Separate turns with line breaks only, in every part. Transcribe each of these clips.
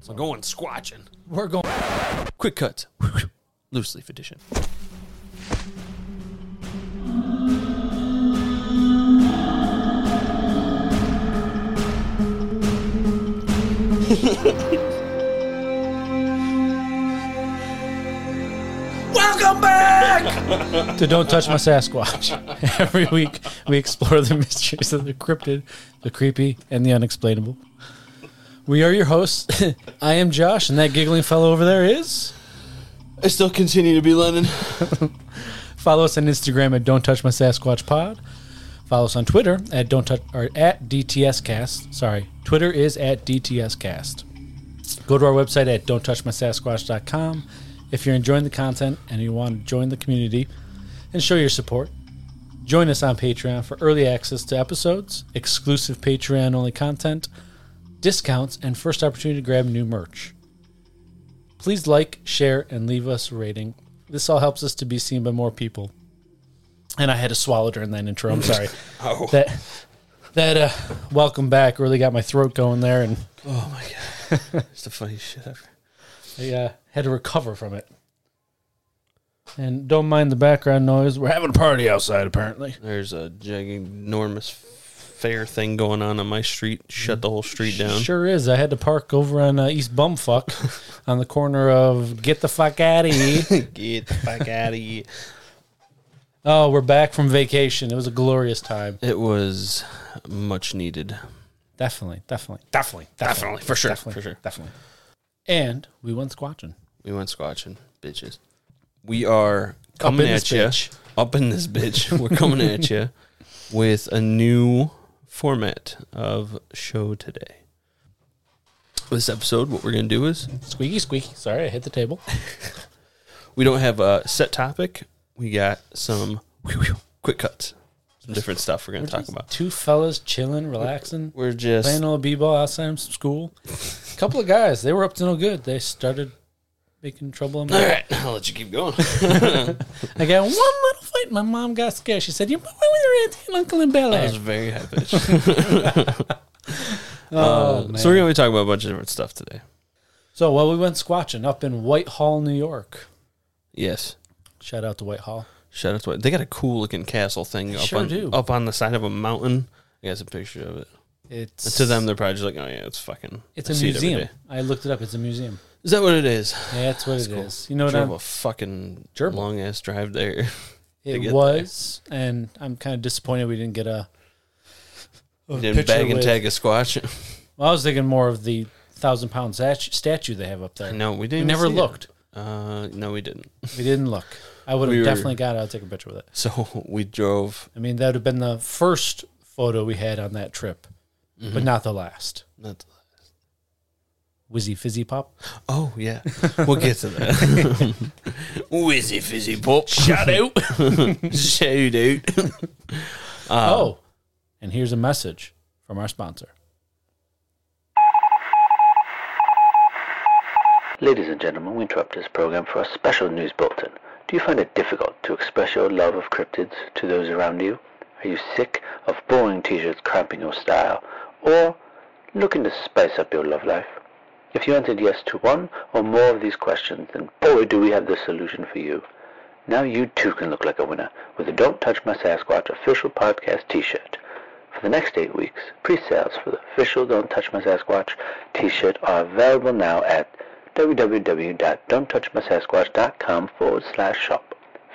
So going squatching.
We're going quick cuts, loose leaf edition.
Welcome back!
to Don't Touch My Sasquatch. Every week, we explore the mysteries of the cryptid, the creepy, and the unexplainable. We are your hosts. I am Josh, and that giggling fellow over there is.
I still continue to be Lennon.
Follow us on Instagram at Don't Touch My Sasquatch Pod. Follow us on Twitter at Don't Touch or at DTScast. Sorry, Twitter is at DTScast. Go to our website at Don'tTouchMySasquatch.com if you're enjoying the content and you want to join the community and show your support. Join us on Patreon for early access to episodes, exclusive Patreon only content, discounts, and first opportunity to grab new merch. Please like, share, and leave us a rating. This all helps us to be seen by more people. And I had to swallow during that intro. I'm sorry.
Oh.
That that uh, welcome back really got my throat going there, and
Oh my god, it's the funniest shit ever.
I uh, had to recover from it. And don't mind the background noise. We're having a party outside, apparently.
There's a ginormous fair thing going on on my street. Shut the whole street down.
Sure is. I had to park over on uh, East Bumfuck on the corner of Get the Fuck Out of Here.
Get the fuck out of here.
Oh, we're back from vacation. It was a glorious time.
It was much needed.
Definitely, definitely, definitely,
Definitely, for sure,
definitely,
for sure.
definitely. And we went squatching.
We went squatching, bitches. We are coming
in
at
this
you up in this bitch. We're coming at you with a new format of show today. This episode, what we're gonna do is
Squeaky, squeaky. Sorry, I hit the table.
We don't have a set topic. We got some quick cuts, some different stuff we're going to talk about.
Two fellas chilling, relaxing.
We're just
playing a little b-ball outside of school. A couple of guys, they were up to no good. They started making trouble. In
all
my
right. I'll let you keep going.
I got one little fight. My mom got scared. She said, "You're playing with your auntie and uncle in Bel
That
Air."
was very high pitched.
Oh, man.
Um, so we're going to be talking about a bunch of different stuff today.
So, well, we went squatching up in Whitehall, New York.
Yes.
Shout out to Whitehall.
Shout out to it. They got a cool looking castle thing up
sure
on
do.
up on the side of a mountain. I got a picture of it.
It's
To them, they're probably just like, oh yeah, it's fucking.
It's
I
a
see it every
museum.
day.
I looked it up. It's a museum.
Is that what it is?
Yeah, that's what it is.
cool.
You know what
Drove
I'm
a fucking
Gerbil.
long ass drive there. get
It
there.
was, and I'm kind of disappointed we didn't get a. a
Didn't
picture
bag and
with-
tag a squatch.
Well, I was thinking more of the thousand pound stat- statue they have up there.
No, we
we
Mm-hmm. didn't.
never
see it.
looked.
Uh, no, we didn't.
We didn't look. I would have
We were-
definitely got it. I'll take a picture with it.
So we drove.
I mean, that would have been the first photo we had on that trip,
Mm-hmm.
but not the last.
Not
Wizzy Fizzy Pop.
oh yeah, we'll get to that. Wizzy fizzy pop. Shout out. Shout out. Ah.
oh, and here's a message from our sponsor.
Ladies and gentlemen, we interrupt this program for a special news bulletin. Do you find it difficult to express your love of cryptids to those around you? Are you sick of boring t-shirts cramping your style? Or looking to spice up your love life? If you answered yes to one or more of these questions, then boy do we have the solution for you. Now you too can look like a winner with the Don't Touch My Sasquatch official podcast t-shirt. For the next eight weeks, pre-sales for the official Don't Touch My Sasquatch t-shirt are available now at www.don'ttouchmysasquatch.com forward slash shop.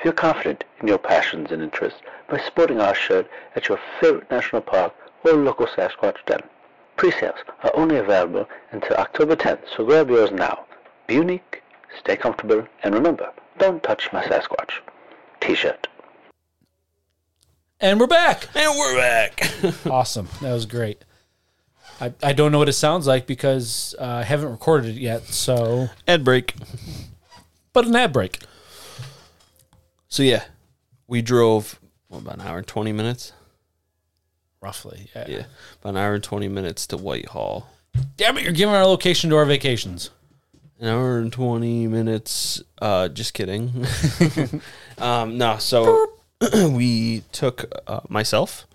Feel confident in your passions and interests by sporting our shirt at your favorite national park or local Sasquatch den. Pre-sales are only available until October 10th, so grab yours now. Be unique, stay comfortable, and remember, don't touch my Sasquatch. T-shirt.
And we're back.
And we're back.
awesome. That was great. I, I don't know what it sounds like because uh, I haven't recorded it yet. So,
Ad break.
but an ad break.
So yeah, we drove what, about an hour and twenty minutes.
Roughly. Yeah.
Yeah, about an hour and twenty minutes to Whitehall.
Damn it, you're giving our location to our vacations.
An hour and twenty minutes. Uh, just kidding. um, no, so we took uh, myself,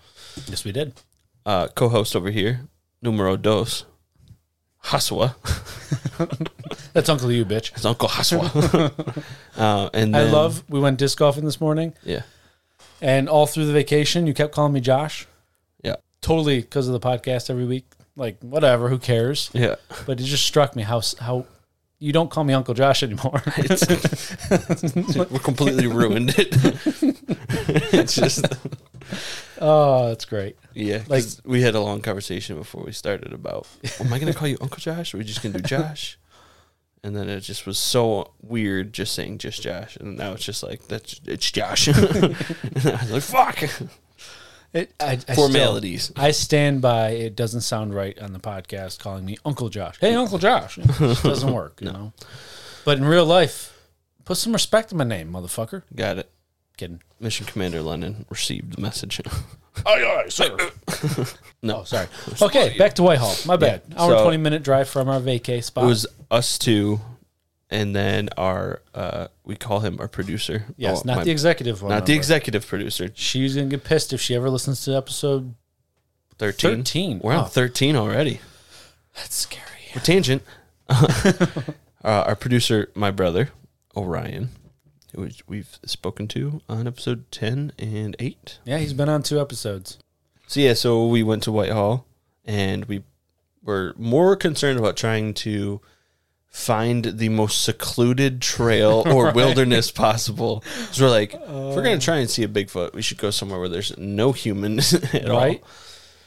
Yes, we did.
uh, co-host over here, numero dos, Haswa.
That's Uncle You, bitch.
It's Uncle Haswa. uh, and
I
then-
love. We went disc golfing this morning,
Yeah.
and all through the vacation, you kept calling me Josh.
Yeah.
Totally because of the podcast every week. Like whatever, who cares?
Yeah.
But it just struck me how s- how you don't call me Uncle Josh anymore.
We're completely ruined it. it's just
oh, that's great.
yeah. 'cause we had a long conversation before we started about am I gonna call you Uncle Josh? Or are we just gonna do Josh? And then it just was so weird just saying just Josh. And now it's just like that's it's Josh. and I was like, fuck
It, I, I still-
formalities.
I stand by it doesn't sound right on the podcast calling me Uncle Josh. Hey, Uncle Josh. It just doesn't work, you know. But in real life, put some respect on my name, motherfucker.
Got it.
Kidding.
Mission Commander Lennon received the message.
Aye, aye, sir.
Oh, sorry. Okay, back to Whitehall. My bad. Hour
so-
and 20 minute drive from our vacay spot.
It was us two, and then our uh, we call him our producer.
yes,
Oh,
not
my-
the executive one.
not the
remember.
executive producer.
She's going to get pissed if she ever listens to episode.
Thirteen.
13.
We're on
Oh.
thirteen already.
That's scary.
We're tangent. uh, our producer, my brother Orion, who is- we've spoken to on episode ten and eight.
Yeah, he's been on two episodes.
So yeah, so we went to Whitehall, and we were more concerned about trying to find the most secluded trail or wilderness possible. So we're like, if we're gonna
Uh.
try and see a Bigfoot, we should go somewhere where there's no humans at
right?
all.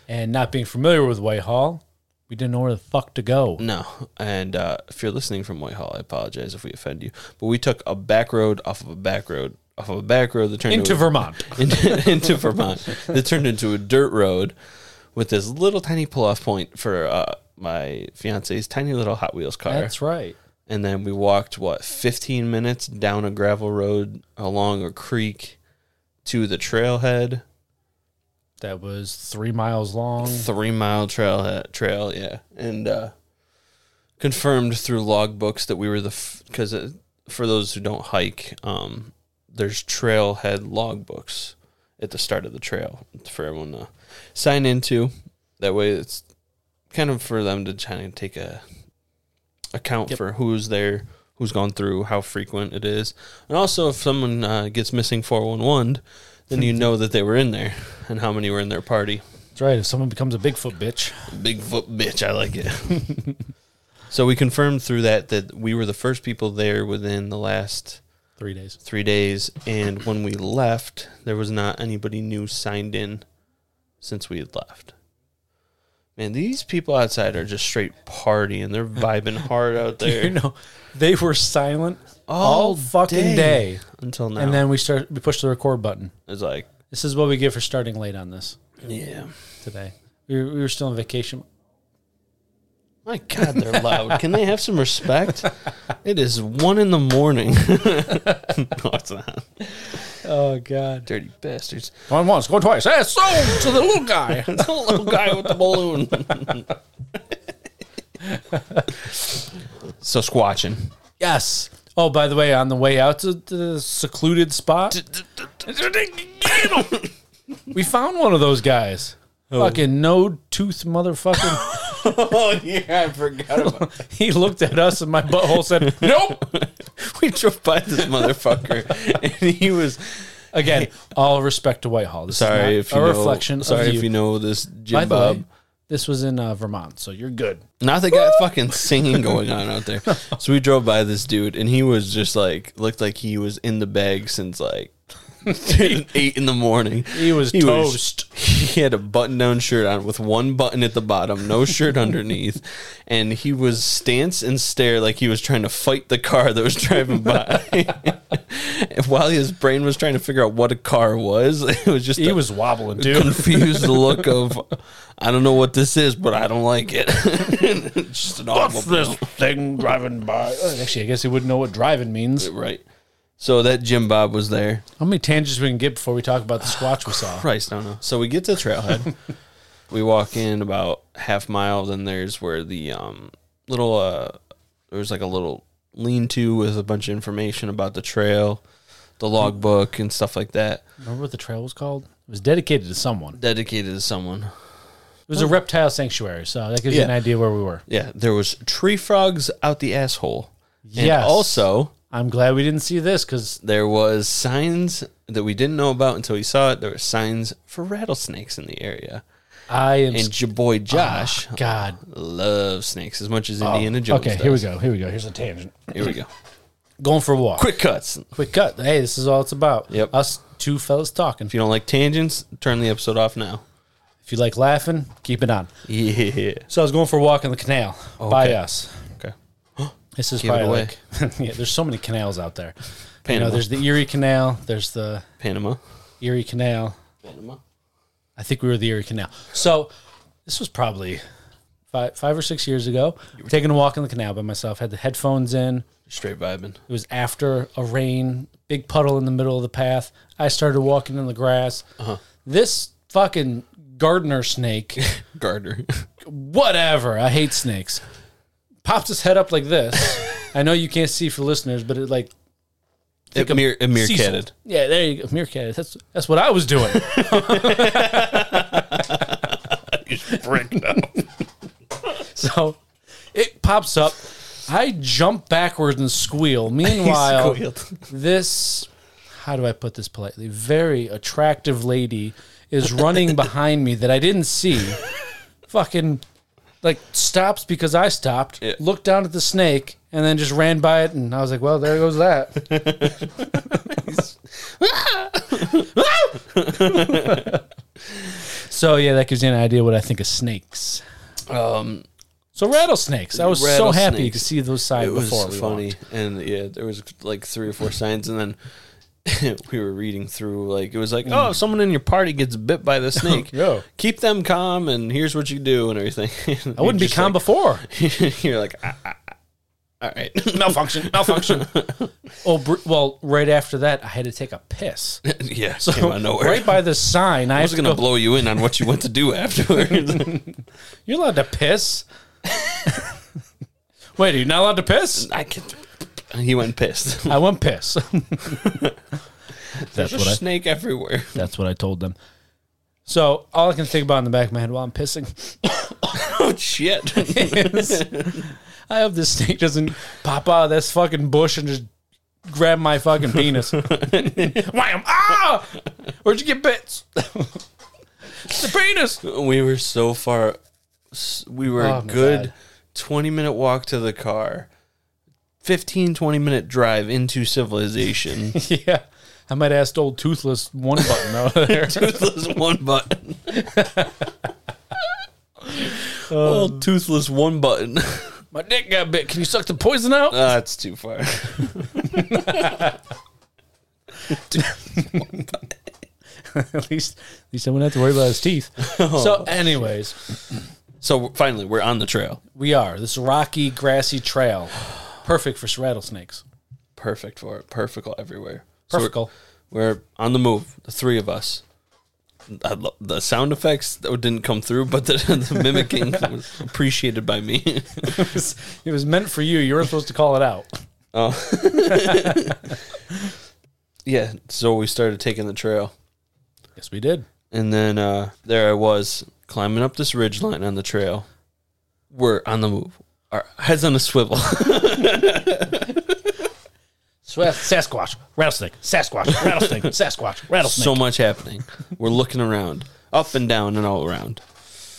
And not being familiar with Whitehall, we didn't know where the fuck to go.
No, and uh, if you're listening from Whitehall, I apologize if we offend you, but we took a back road off of a back road off of a back road that turned
Into
a-
Vermont.
into, into Vermont that turned into a dirt road with this little tiny pull off point for uh, my fiance's tiny little Hot Wheels car.
That's right.
and then we walked, what, 15 minutes down a gravel road along a creek to the trailhead,
That was three miles long.
three mile trailhead, trail, yeah. And uh, confirmed through log books that we were the, because uh for those who don't hike, um, there's trailhead log books at the start of the trail for everyone to sign into. That way, it's kind of for them to kind of take a account for who's there, who's gone through, how frequent it is, and also if someone uh, gets missing four one one, then you know that they were in there and how many were in their party.
That's right. If someone becomes a Bigfoot bitch,
Bigfoot bitch, I like it. so we confirmed through that that we were the first people there within the last
three days.
three days, and when we left, there was not anybody new signed in since we had left. Man, these people outside are just straight partying. They're vibing hard out there
You know, they were silent all, fucking day.
until now.
And then we start. We pushed the record button.
it's like,
This is what we get for starting late on this
yeah,
today. We were, we were still on vacation.
my God, they're loud. Can they have some respect? It is one in the morning. no, it's not.
Oh God!
Dirty bastards.
Going once, going twice. Hey, so to the little guy.
the little guy with the balloon. so squatching.
yes. Oh, by the way, on the way out to the secluded spot, we found one of those guys. Fucking no tooth motherfucking.
Oh yeah, I forgot about.
he looked at us and my butthole said, "Nope."
we drove by this motherfucker, and he was.
Again, all respect to Whitehall. This is not
Sorry if you
a
know,
reflection.
Sorry
of
if you know this Jim
By the
Bob.
way, this was in uh, Vermont, so you're good.
Now they got fucking singing going on out there. So we drove by this dude, and he was just like looked like he was in the bag since like eight in the morning.
He was toast.
he had a button-down shirt on with one button at the bottom, no shirt underneath, and he was stance and stare like he was trying to fight the car that was driving by. And While his brain was trying to figure out what a car was, it was just
He
a
was wobbling, dude.
confused look of I don't know what this is, but I don't like it. It's just an automobile.
thing driving by. Oh, Actually, I guess he wouldn't know what driving means.
Right. So that Jim Bob was there.
How many tangents we can get before we talk about the squatch we saw?
Christ, I don't know. So we get to the trailhead. we walk in about half mile, then there's where the um little uh there was like a little lean to with a bunch of information about the trail, the logbook and stuff like that.
Remember what the trail was called? It was dedicated to someone.
Dedicated to someone.
was a reptile sanctuary, so that gives you
Yeah.
an idea where we were.
Yeah, there was tree frogs out the asshole. And
Yes.
also,
I'm glad we didn't see this because
there was signs that we didn't know about until we saw it. There were signs for rattlesnakes in the area.
I am. Ah,
And your boy Josh
God.
loves snakes as much as Indiana Jones
Oh, Okay,
does.
here we go. Here we go. Here's a tangent.
Here we go.
Going for a walk.
Quick cuts. If
quick cut. Hey, this is all it's about.
Yep.
Us two fellas talking.
you don't like tangents, turn the episode off now.
If you like laughing, keep it on.
Yeah.
So I was going for a walk in the canal by
Okay.
us.
Okay.
This is
Give it
probably
away.
like yeah. There's so many canals out there. You
Panama.
know, there's the Erie Canal. There's the
Panama.
Erie Canal.
Panama.
I think we were the Erie Canal. So this was probably five, five or six years ago. Taking a walk in the canal by myself. Had the headphones in.
Straight vibing.
It was after a rain, big puddle in the middle of the path. I started walking in the grass.
Uh-huh.
This fucking gardener snake,
Garter.
whatever. I hate snakes. Pops his head up like this. I know you can't see for listeners, but it like
it mere, it mere
Cecil.
catted.
Yeah, there you go. Meerkat. That's that's what I was doing. so it pops up. I jump backwards and squeal. Meanwhile,
squealed.
this how do I put this politely? Very attractive lady is running behind me that I didn't see. Fucking like stops because I stopped,
Yeah.
looked down at the snake, and then just ran by it and I was like, Well, there goes that. So yeah, that gives you an idea what I think of snakes.
Um,
So rattlesnakes. I was so happy to
Rattlesnakes.
see those signs
it was
before. we
funny,
walked.
and yeah, there was like three or four signs, and then we were reading through. Like it was like, oh, if someone in your party gets bit by the snake,
Yeah.
keep them calm, and here's what you do, and everything.
I wouldn't be calm before.
you're like, ah, ah, ah, all right,
malfunction, malfunction. oh, br- well, right after that, I had to take a piss.
yeah,
So
came out of nowhere.
right by the sign, I,
I
was
was
going
gonna
to. Go,
blow you in on what you went to do afterwards.
you're allowed to piss. Wait, are you not allowed to piss?
I can. He went pissed.
I went piss. that's
There's a
what I.
snake everywhere.
That's what I told them. So all I can think about in the back of my head while I'm pissing
Oh shit!
is, I hope this snake doesn't pop out of this fucking bush and just grab my fucking penis. Wham! Ah! Where'd you get bits? the penis.
we were so far. s- We were
Oh,
a
my
good
God.
20 minute walk to the car, 15, 20 minute drive into civilization.
Yeah. I might ask old toothless one button over there.
toothless one button. Well,
Um,
toothless one button.
My dick got bit. Can you suck the poison out?
Ah, That's too far.
at least at least I wouldn't have to worry about his teeth. so anyways,
So finally, we're on the trail.
we are. This rocky, grassy trail. Perfect for rattlesnakes.
Perfect for it. Perfect everywhere. So we're-
Perfect.
We're on the move, the three of us. I lo- the sound effects that didn't come through, but the, the mimicking was appreciated by me.
it was meant for you. You weren't supposed to call it out.
yeah, so we started taking the trail,
Yes, we did.
and then uh, there I was climbing up this ridge line on the trail. We're on the move, our heads on a swivel.
Swift, Sasquatch, rattlesnake, Sasquatch, rattlesnake, Sasquatch, rattlesnake.
so much happening. We're looking around, up and down, and all around.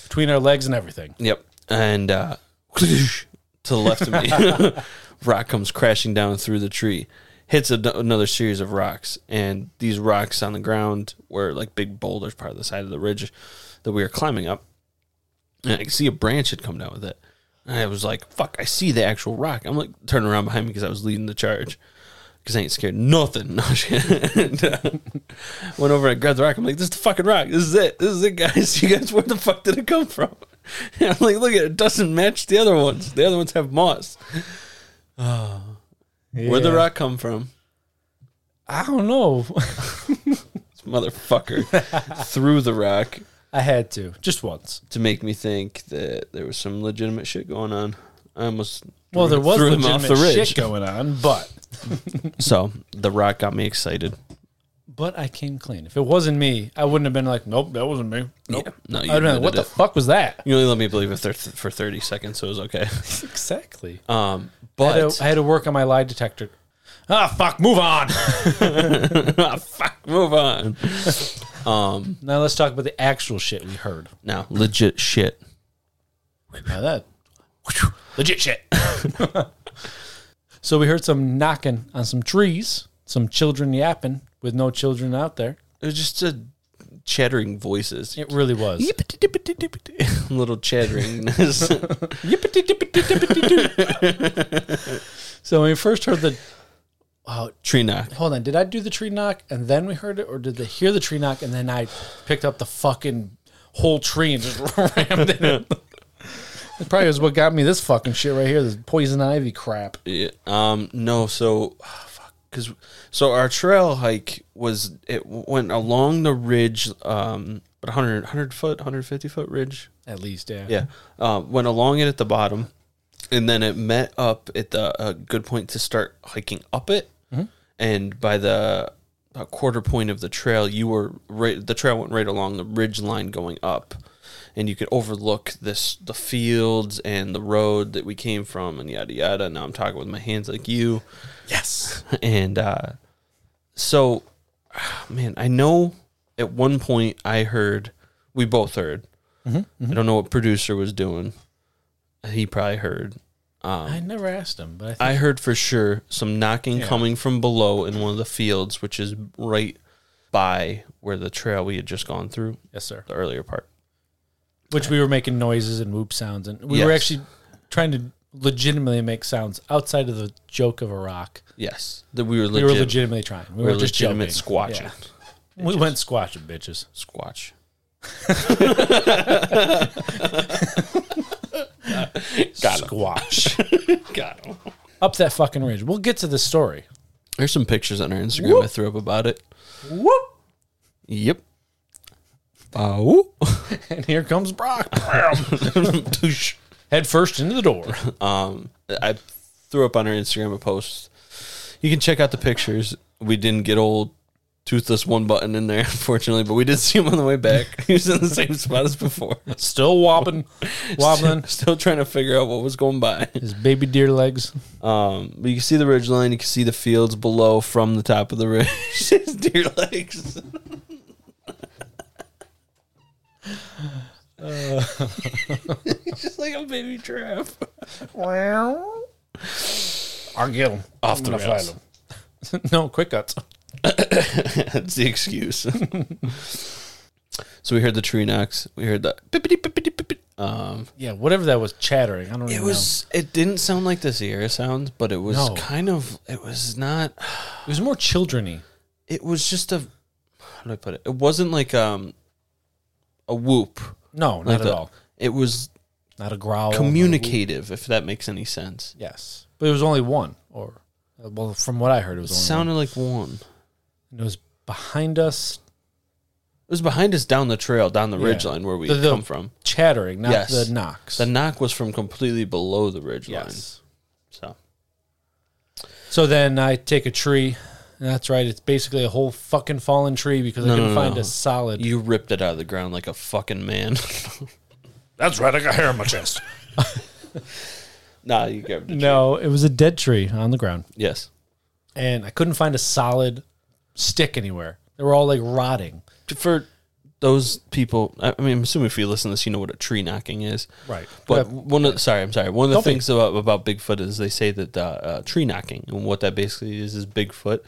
between our legs and everything.
Yep. And uh, to the left of me, rock comes crashing down through the tree, hits a, another series of rocks. And these rocks on the ground were like big boulders, part of the side of the ridge that we were climbing up. And I could see a branch had come down with it. And I was like, fuck, I see the actual rock. I'm like, turning around behind me because I was leading the charge. Because I ain't scared nothing. No shit. and, uh, went over and grabbed the rock. I'm like, this is the fucking rock. This is it. This is it, guys. You guys, where the fuck did it come from? And I'm like, look at it. It doesn't match the other ones. The other ones have moss. Where'd the rock come from?
I don't know.
This motherfucker threw the rock
I had to just once.
to make me think that there was some legitimate shit going on. I almost
Well, there was
threw him
legitimate
off the ridge.
shit going on, but
so the rock got me excited.
But I came clean. If it wasn't me, I wouldn't have been like, nope, that wasn't me. Nope.
Yeah. No, you
I'd have been like, what
admitted
the
it.
fuck was that?
You only let me believe it thir- for 30 seconds, so it was okay.
Exactly.
Um,
I, had
but
to, I had to work on my lie detector. Ah, fuck, move on.
Ah, fuck, move on.
now let's talk about the actual shit we heard.
Now, legit shit.
Now that legit shit. so we heard some knocking on some trees, some children yapping with no children out there.
It was just a chattering voices.
It really was.
Little chatteringness.
so when we first heard the
Tree knock.
hold on, did I do the tree knock and then we heard it, or did they hear the tree knock and then I picked up the fucking whole tree and just rammed it? in? It probably was what got me this fucking shit right here, this poison ivy crap.
Yeah, um, no, so because so our trail hike was it went along the ridge, um, but 100, 100 foot, 150 foot ridge.
At least, yeah.
Yeah, um, went along it at the bottom, and then it met up at the a good point to start hiking up it. And by the uh, quarter point of the trail, you were right. The trail went right along the ridge line going up, and you could overlook this the fields and the road that we came from, and yada yada. Now I'm talking with my hands like you
Yes.
and uh, so man i know at one point i heard we both heard i don't know what producer was doing he probably heard
I never asked him, but I think
i heard for sure some knocking coming from below in one of the fields which is right by where the trail we had just gone through
yes, sir.
the earlier part
Which we were making noises and whoop sounds, and we were
Yes.
actually trying to legitimately make sounds outside of the joke of a rock.
yes that we were,
We
legit,
were legitimately trying. We
we
were,
were
just
legitimate
joking.
squatching
Yeah. We went squatching, bitches.
squatch
Squash.
got him
Up that fucking ridge. We'll get to the story.
there's some pictures on our instagram i threw up about it
Whoop.
yep oh
And here comes Brock. Bam. Head first into the door.
Um, I threw up on our Instagram a post. You can check out the pictures. We didn't get old toothless one button in there, unfortunately, but we did see him on the way back. He was in the same spot as before.
Still wobbling, wobbling.
Still trying to figure out what was going by.
His baby deer legs.
Um, but you can see the ridge line. You can see the fields below from the top of the ridge. His deer legs. He's just like a baby giraffe.
I'll get him. Off the rails. no, quick cuts.
That's the excuse. so we heard the tree knocks. We heard the bippity bippity bippity. Um,
Yeah, whatever that was chattering. I don't
it
even
was. It didn't sound like the Sierra sounds, but it was
No.
kind of. It was not.
know. It was more children-y.
It was just a. How do I put it? It wasn't like um, a whoop.
No, not
Like
at
the-
all.
It was
Not a growl.
communicative, if that makes any sense.
Yes, but it was only one, or uh, well, from what I heard, it was
It
only
sounded like one.
one. It was behind us,
It was behind us down the trail, down the ridge
Yeah.
line where we
The- the-
come from.
chattering, not
Yes.
the knocks.
The knock was from completely below the ridge
yes.
line. So
So then I take a tree. And that's right. It's basically a whole fucking fallen tree because I couldn't find a solid.
you ripped it out of the ground like a fucking man.
That's right, I got hair on my chest.
Nah, you grabbed it.
no, it was a dead tree on the ground,
Yes.
and I couldn't find a solid stick anywhere. They were all like rotting.
For those people, I I mean, I'm assuming if you listen to this, you know what a tree knocking is.
Right.
But
But-
one of sorry, I'm sorry. One of the
Don't be-
things about, about Bigfoot is they say that uh, uh, tree knocking and what that basically is is Bigfoot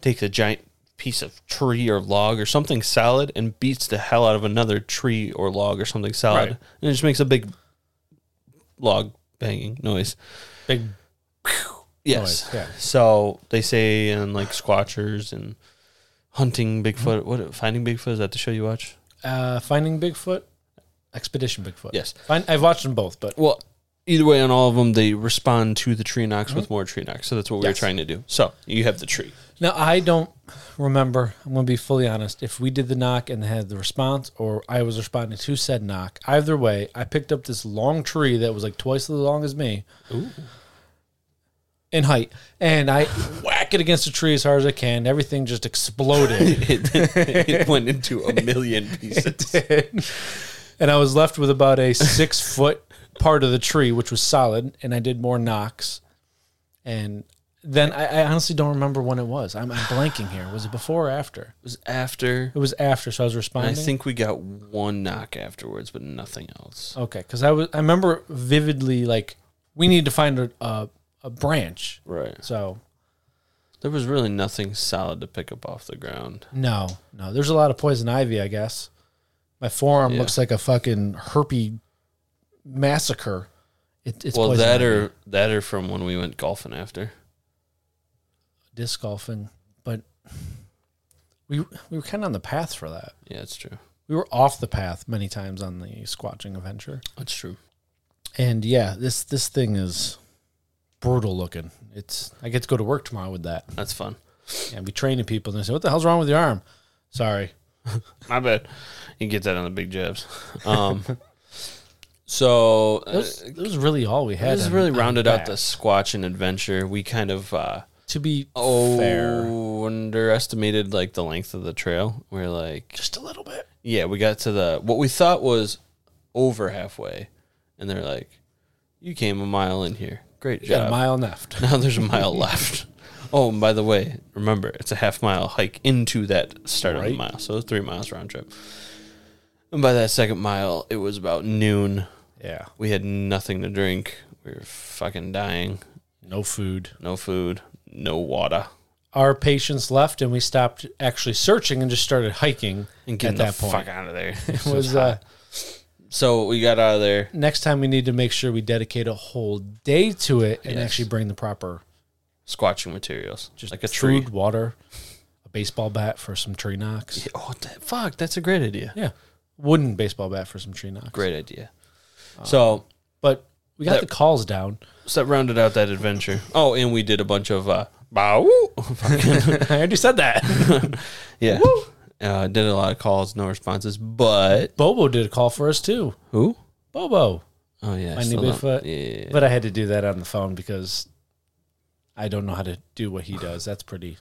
takes a giant piece of tree or log or something solid and beats the hell out of another tree or log or something solid,
Right.
and it just makes a big log banging noise.
Big
Yes.
noise, yeah.
So they say in like squatchers and hunting Bigfoot. What finding Bigfoot is that the show you watch?
uh, Finding Bigfoot, Expedition Bigfoot.
Yes.
Find, I've watched them both, but
Well, either way, on all of them, they respond to the tree knocks with more tree knocks. So that's what we were
Yes.
trying to do. So you have the tree.
Now I don't remember. I'm going to be fully honest. If we did the knock and had the response, or I was responding to said knock, either way, I picked up this long tree that was like twice as long as me. in height, and I whack it against a tree as hard as I can. Everything just exploded,
It, it went into a million pieces.
and I was left with about a six foot part of the tree, which was solid. And I did more knocks, and then I, I honestly don't remember when it was. I'm, I'm blanking here. Was it before or after?
was after.
It was after, so I
I
was responding.
think we got one knock afterwards, but nothing else.
Okay, because I was I remember vividly like we need to find a a, a branch.
Right.
So
There was really nothing solid to pick up off the ground.
no, no. There's a lot of poison ivy, I guess. My forearm
Yeah.
looks like a fucking herpy massacre. It, it's
well,
poison
that
ivy.
or that or from when we went golfing after.
disc golfing, but we we were kind of on the path for that.
Yeah, it's true.
We were off the path many times on the squatching adventure.
That's true.
And yeah, this this thing is brutal looking. It's I get to go to work tomorrow with that.
That's fun.
and be training people. And they say, "What the hell's wrong with your arm?" Sorry.
My bad. You can get that on the big jabs. Um, so uh,
That was, that was really all we had.
this
on-
really
on
rounded out
back.
the squatch and adventure. We kind of uh,
To be
oh
fair,
underestimated like the length of the trail. We're like,
just a little bit.
yeah, we got to the what we thought was over halfway, and they're like, you came a mile in here. Great
Got
job.
a mile left.
Now there's a mile left. Oh, and by the way, remember it's a half mile hike into that start of the
Right.
mile, so it's three miles round trip. And by that second mile, it was about noon.
Yeah,
We had nothing to drink. We were fucking dying.
no food.
No food. No water.
Our patients left, and we stopped actually searching and just started hiking.
And get
at
the
that point,
fuck out of there.
it was uh,
so we got out of there.
next time we need to make sure we dedicate a whole day to it and
Yes.
actually bring the proper
Squatching materials, just like a tree.
food, water, a baseball bat for some tree knocks.
Oh, that, fuck! That's a great idea.
Yeah, wooden baseball bat for some tree knocks.
Great idea.
Uh,
so
but we got
That-
the calls down.
so that rounded out that adventure. Oh, and we did a bunch of uh, bow.
I already said that.
Yeah. Uh, did a lot of calls, no responses, but
Bobo did a call for us too.
who?
Bobo,
Oh yeah,
my new
still don't-
Bigfoot.
Yeah,
But I had to do that on the phone because I don't know how to do what he does. That's pretty,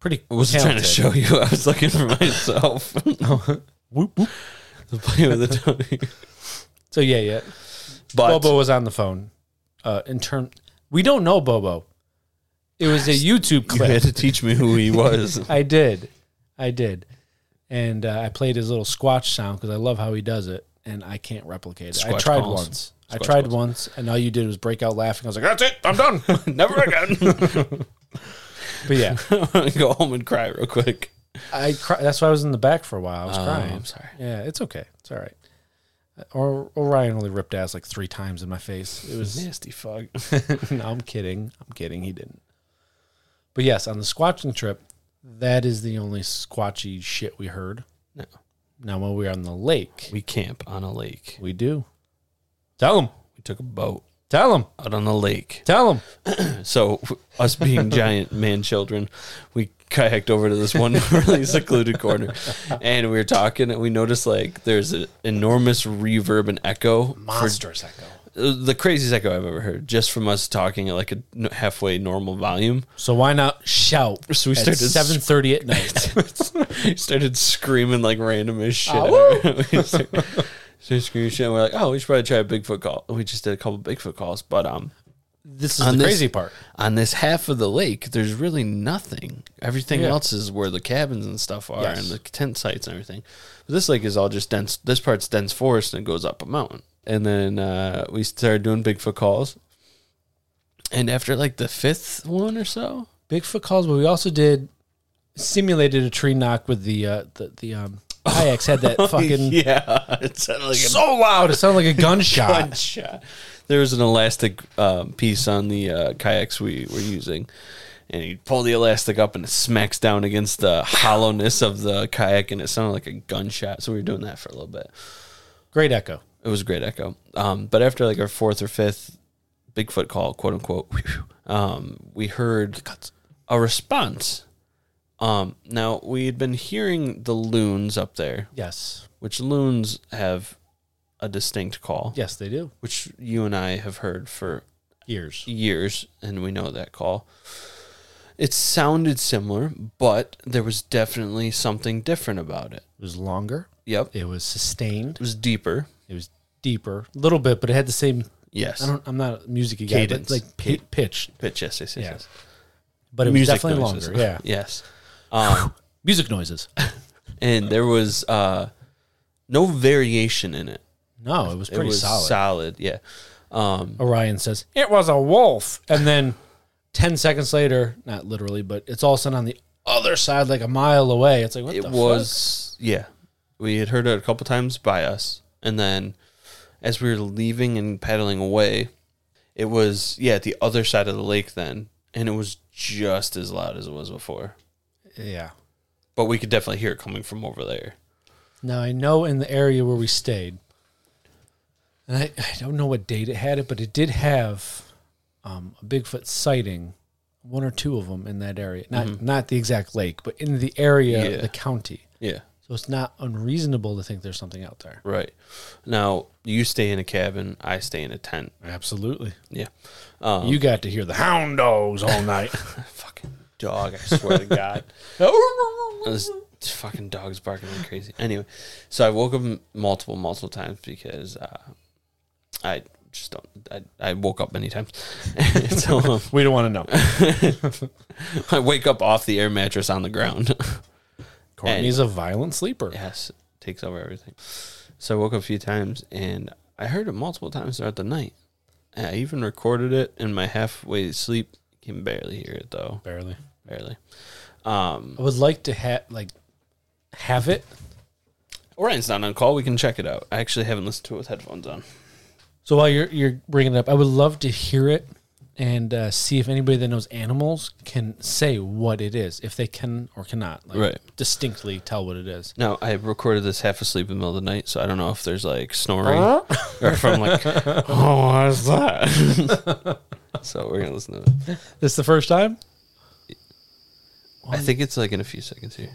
pretty.
I was trying to
talented.
show you. I was looking for myself.
Whoop, whoop.
Playing with the Tony.
So yeah, yeah.
But
Bobo was on the phone. Uh, in term, we don't know Bobo. It was a YouTube
you had
clip.
to teach me who he was.
I did, I did, and uh, I played his little squatch sound because I love how he does it, and I can't replicate it. I
Squatch
tried
calls.
once. I
Squatch
tried
calls.
once, and all you did was break out laughing. I was like, "Ah."
That's it. I'm done.
Never again.
but yeah,
I'm gonna go home and cry real quick.
I cry, that's why I was in the back for a while. I was
Oh,
crying.
I'm sorry.
Yeah, it's okay. It's all right. Uh, Or Orion only ripped ass like three times in my face. It was.
Nasty fuck.
no, I'm kidding. I'm kidding. He didn't. But yes, on the squatching trip, that is the only squatchy shit we heard.
No.
Now when we were on the lake,
We camp on a lake.
we, do. Tell him.
We took a boat
Tell him.
out on the lake.
Tell him.
So us being giant man children, we kayaked over to this one really secluded corner, and we were talking, and we noticed like there's an enormous reverb and echo,
Monsters echo.
for, the craziest echo I've ever heard, just from us talking at like a n- halfway normal volume.
So why not shout?
So we
at
started
seven thirty at night.
We started screaming like random as shit. we started, started screaming shit, and we're like, oh, we should probably try a Bigfoot call. We just did a couple Bigfoot calls, but um.
this is
On
the
this-
crazy part.
on this half of the lake, there's really nothing. Everything
Yeah.
else is where the cabins and stuff are
Yes.
and the tent sites and everything. But this lake is all just dense. This part's dense forest and it goes up a mountain. And then uh, we started doing Bigfoot calls. And after like the fifth one or so,
Bigfoot calls, but we also did simulated a tree knock with the uh, the the um, kayaks had that fucking
Oh, yeah, it sounded like a
so loud it sounded like a gunshot.
gunshot. There was an elastic um, piece on the uh, kayaks we were using, and you pull the elastic up, and it smacks down against the hollowness of the kayak, and it sounded like a gunshot. So we were doing that for a little bit.
Great echo.
It was a great echo. Um, but after like our fourth or fifth Bigfoot call, quote unquote, um, we heard a response. Um, now we had been hearing the loons up there,
Yes,
which loons have a distinct call
yes, they do.
which you and I have heard for
years.
years, and we know that call. It sounded similar, but there was definitely something different about it.
It was longer.
Yep. It
It was sustained.
was deeper.
It was deeper, a little bit, but it had the same.
Yes.
I don't. I'm not a music guy,
Cadence.
but like pi- pitch.
Pitch, yes, yes, yes.
Yeah.
yes.
But it was
Music
definitely
noises.
longer. Yeah.
Yes. Um,
Music noises.
and there was uh, no variation in it.
No, it was
It
pretty
was
solid.
solid. Yeah. Um,
Orion says, It was a wolf. And then 10 seconds later, not literally, but it's all of a sudden on the other side, like a mile away. It's like, What
it
the fuck?
was yeah. We had heard it a couple times by us, and then as we were leaving and paddling away, it was yeah at the other side of the lake then, and it was just as loud as it was before.
Yeah.
But we could definitely hear it coming from over there.
Now, I know in the area where we stayed, and I, I don't know what date it had it, but it did have um, a Bigfoot sighting, one or two of them in that area. Not, not the exact lake, but in the area,
Yeah.
the county.
Yeah,
So it's not unreasonable to think there's something out there.
right. Now you stay in a cabin, I stay in a tent.
Absolutely.
Yeah, um,
You got to hear the hound dogs all night.
fucking dog. I swear to God. This fucking dog's barking like crazy. Anyway, so I woke up m- multiple, multiple times because uh, I just don't. I, I woke up many times. so um,
we don't want to know.
I wake up off the air mattress on the ground.
Courtney's a violent sleeper.
yes, takes over everything. So I woke up a few times and I heard it multiple times throughout the night. I even recorded it in my halfway sleep. Can barely hear it though,
Barely.
barely. Um,
I would like to have like have it.
Orion's not on call. We can check it out. I actually haven't listened to it with headphones on.
So while you're you're bringing it up, I would love to hear it and uh, see if anybody that knows animals can say what it is, if they can or cannot, like,
Right.
distinctly tell what it is.
No, I recorded this half asleep in the middle of the night, so I don't know if there's like snoring or if I'm like, oh, what's that? so we're gonna listen to it.
This the first time.
I think it's like in a few seconds here.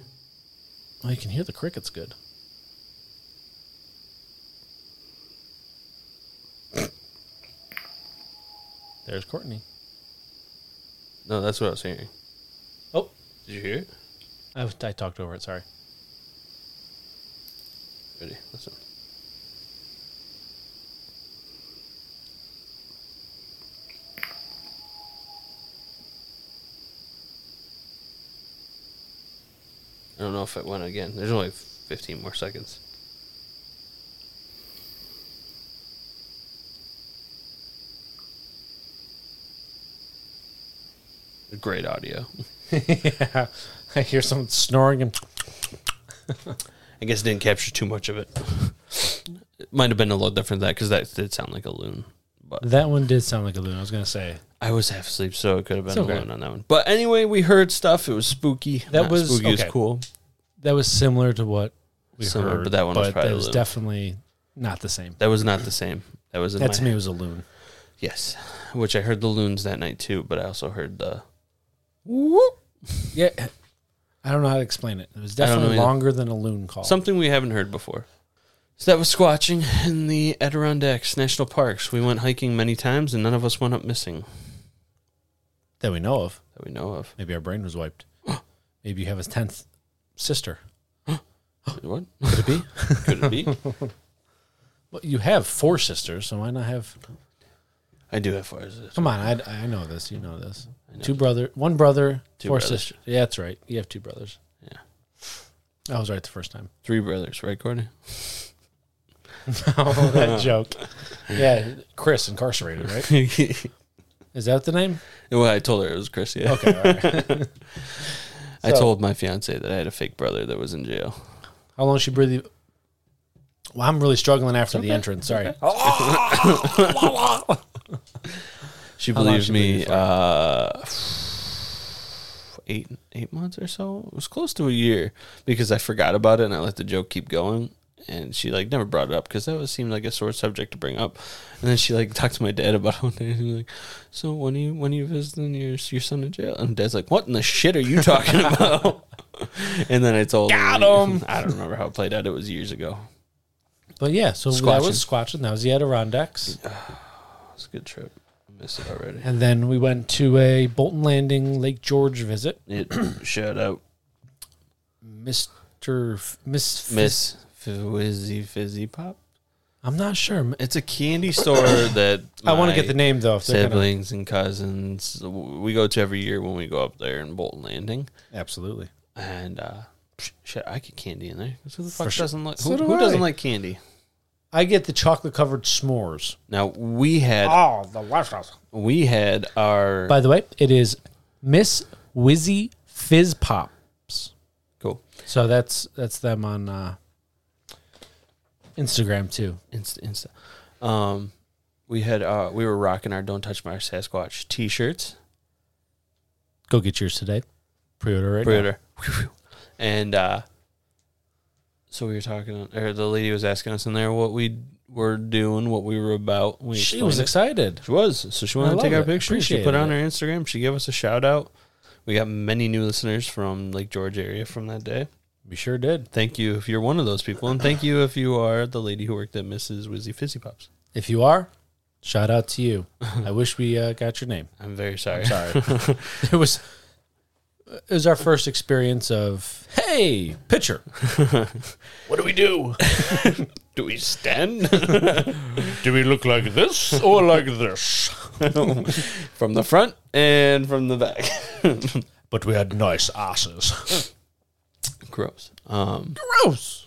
Well, you can hear the crickets good. There's Courtney.
No, that's what I was hearing.
Oh,
Did you hear it?
I, I talked over it. Sorry.
Ready? Listen. I don't know if it went again. There's only 15 more seconds. Great audio.
yeah, I hear someone snoring and
I guess it didn't capture too much of it. it might have been a little different than that because that did sound like a loon. But
That one did sound like a loon. I was gonna say
I was half asleep, so it could have been
It's okay.
a loon on that one. But anyway, we heard stuff. It was spooky.
That
Not
was-
spooky. It
okay.
was cool.
that was similar to what we
Similar,
heard,
but that one was probably a
that was
loon.
definitely not the same.
That was not the same. That was in
That to
my
me was a loon.
yes, which I heard the loons that night too. But I also heard the
Yeah, I don't know how to explain it. It was
I don't know
definitely
either.
longer than a loon call.
something we haven't heard before. So that was squatching in the Adirondacks National Parks. We went hiking many times, and none of us went up missing
that we know of.
that we know of.
Maybe our brain was wiped. Maybe you have his tenth sister.
What could it be? could it be?
Well, you have four sisters, so why not have?
I do have fires.
Come on, I, I know this. You know this.
I know.
Two brother, one brother,
Two
four
brothers.
sisters. Yeah, that's right. You have two brothers.
Yeah.
I was right the first time.
Three brothers, right, Courtney?
oh, that joke. Yeah, Chris incarcerated, right? Is that the name?
well, I told her it was Chris. Yeah,
Okay. All right.
I
So-
told my fiance that I had a fake brother that was in jail.
How long she breathe? Well, I'm really struggling after the entrance. Sorry.
She
How long
believed
she
me.
believed you for?
uh, eight eight months or so. It was close to a year because I forgot about it and I let the joke keep going. And she like never brought it up because that was seemed like a sore subject to bring up. And then she like talked to my dad about it one day and he was like, "So when are you when are you visiting your your son in jail?" And dad's like, "What in the shit are you talking about?" and then I told
Got
him.
'em.
I don't remember how it played out. It was years ago.
But yeah, so that was squatching. That was the Adirondacks.
It's a good trip. missed it already.
And then we went to a Bolton Landing Lake George visit.
It shout out
Mr. F- Miss F-
Miss Fizzy Fizzy Pop.
I'm not sure.
It's a candy store that
I want to
my
get the name though. If they're gonna,
siblings and cousins we go to every year when we go up there in Bolton Landing.
absolutely.
And uh psh, shit, I get candy in there. 'Cause Who the fuck
sure.
doesn't like
So
who,
do
who doesn't
I.
like candy?
I get the chocolate covered s'mores.
Now we had
Oh, the delicious.
we had our
By the way, it is Miss Wizzy Fizz Pops.
cool
So that's that's them on uh, Instagram too.
insta insta. Um, we had uh we were rocking our "Don't Touch My Sasquatch" t-shirts
Go get yours today. Pre-order right now.
pre-order, and uh, so we were talking. Or the lady was asking us in there what we were doing, what we were about. We
She was
explained
excited.
it. she was so she
I
wanted to take
love
our
it.
picture. She
Appreciated
put it on
it.
her Instagram. She gave us a shout out. We got many new listeners from Lake George area from that day.
We sure did.
Thank you if you're one of those people, and thank you if you are the lady who worked at Mrs. Wizzy Fizzy Pops.
If you are, shout out to you. I wish we uh, got your name.
I'm very sorry.
Sorry. it was it was our first experience of hey, pitcher.
What do we do?
Do we stand?
Do we look like this or like this?
from the front and from the back.
But we had nice asses.
Gross. Um,
Gross.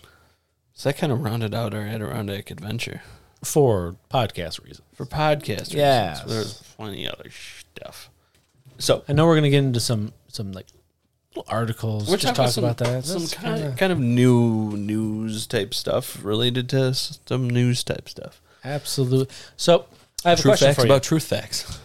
so that kind of rounded out our Adirondack adventure
For podcast reasons.
for podcasters.
Yes.
There's plenty other stuff. So
I know we're gonna get into some some like little articles.
we're
just
talking
talk
some-
about that.
Some
That's
kind
kinda-
of, kind of new news type stuff related to s- some news type stuff.
absolute. So I have a
True
question
facts
for you.
about truth facts.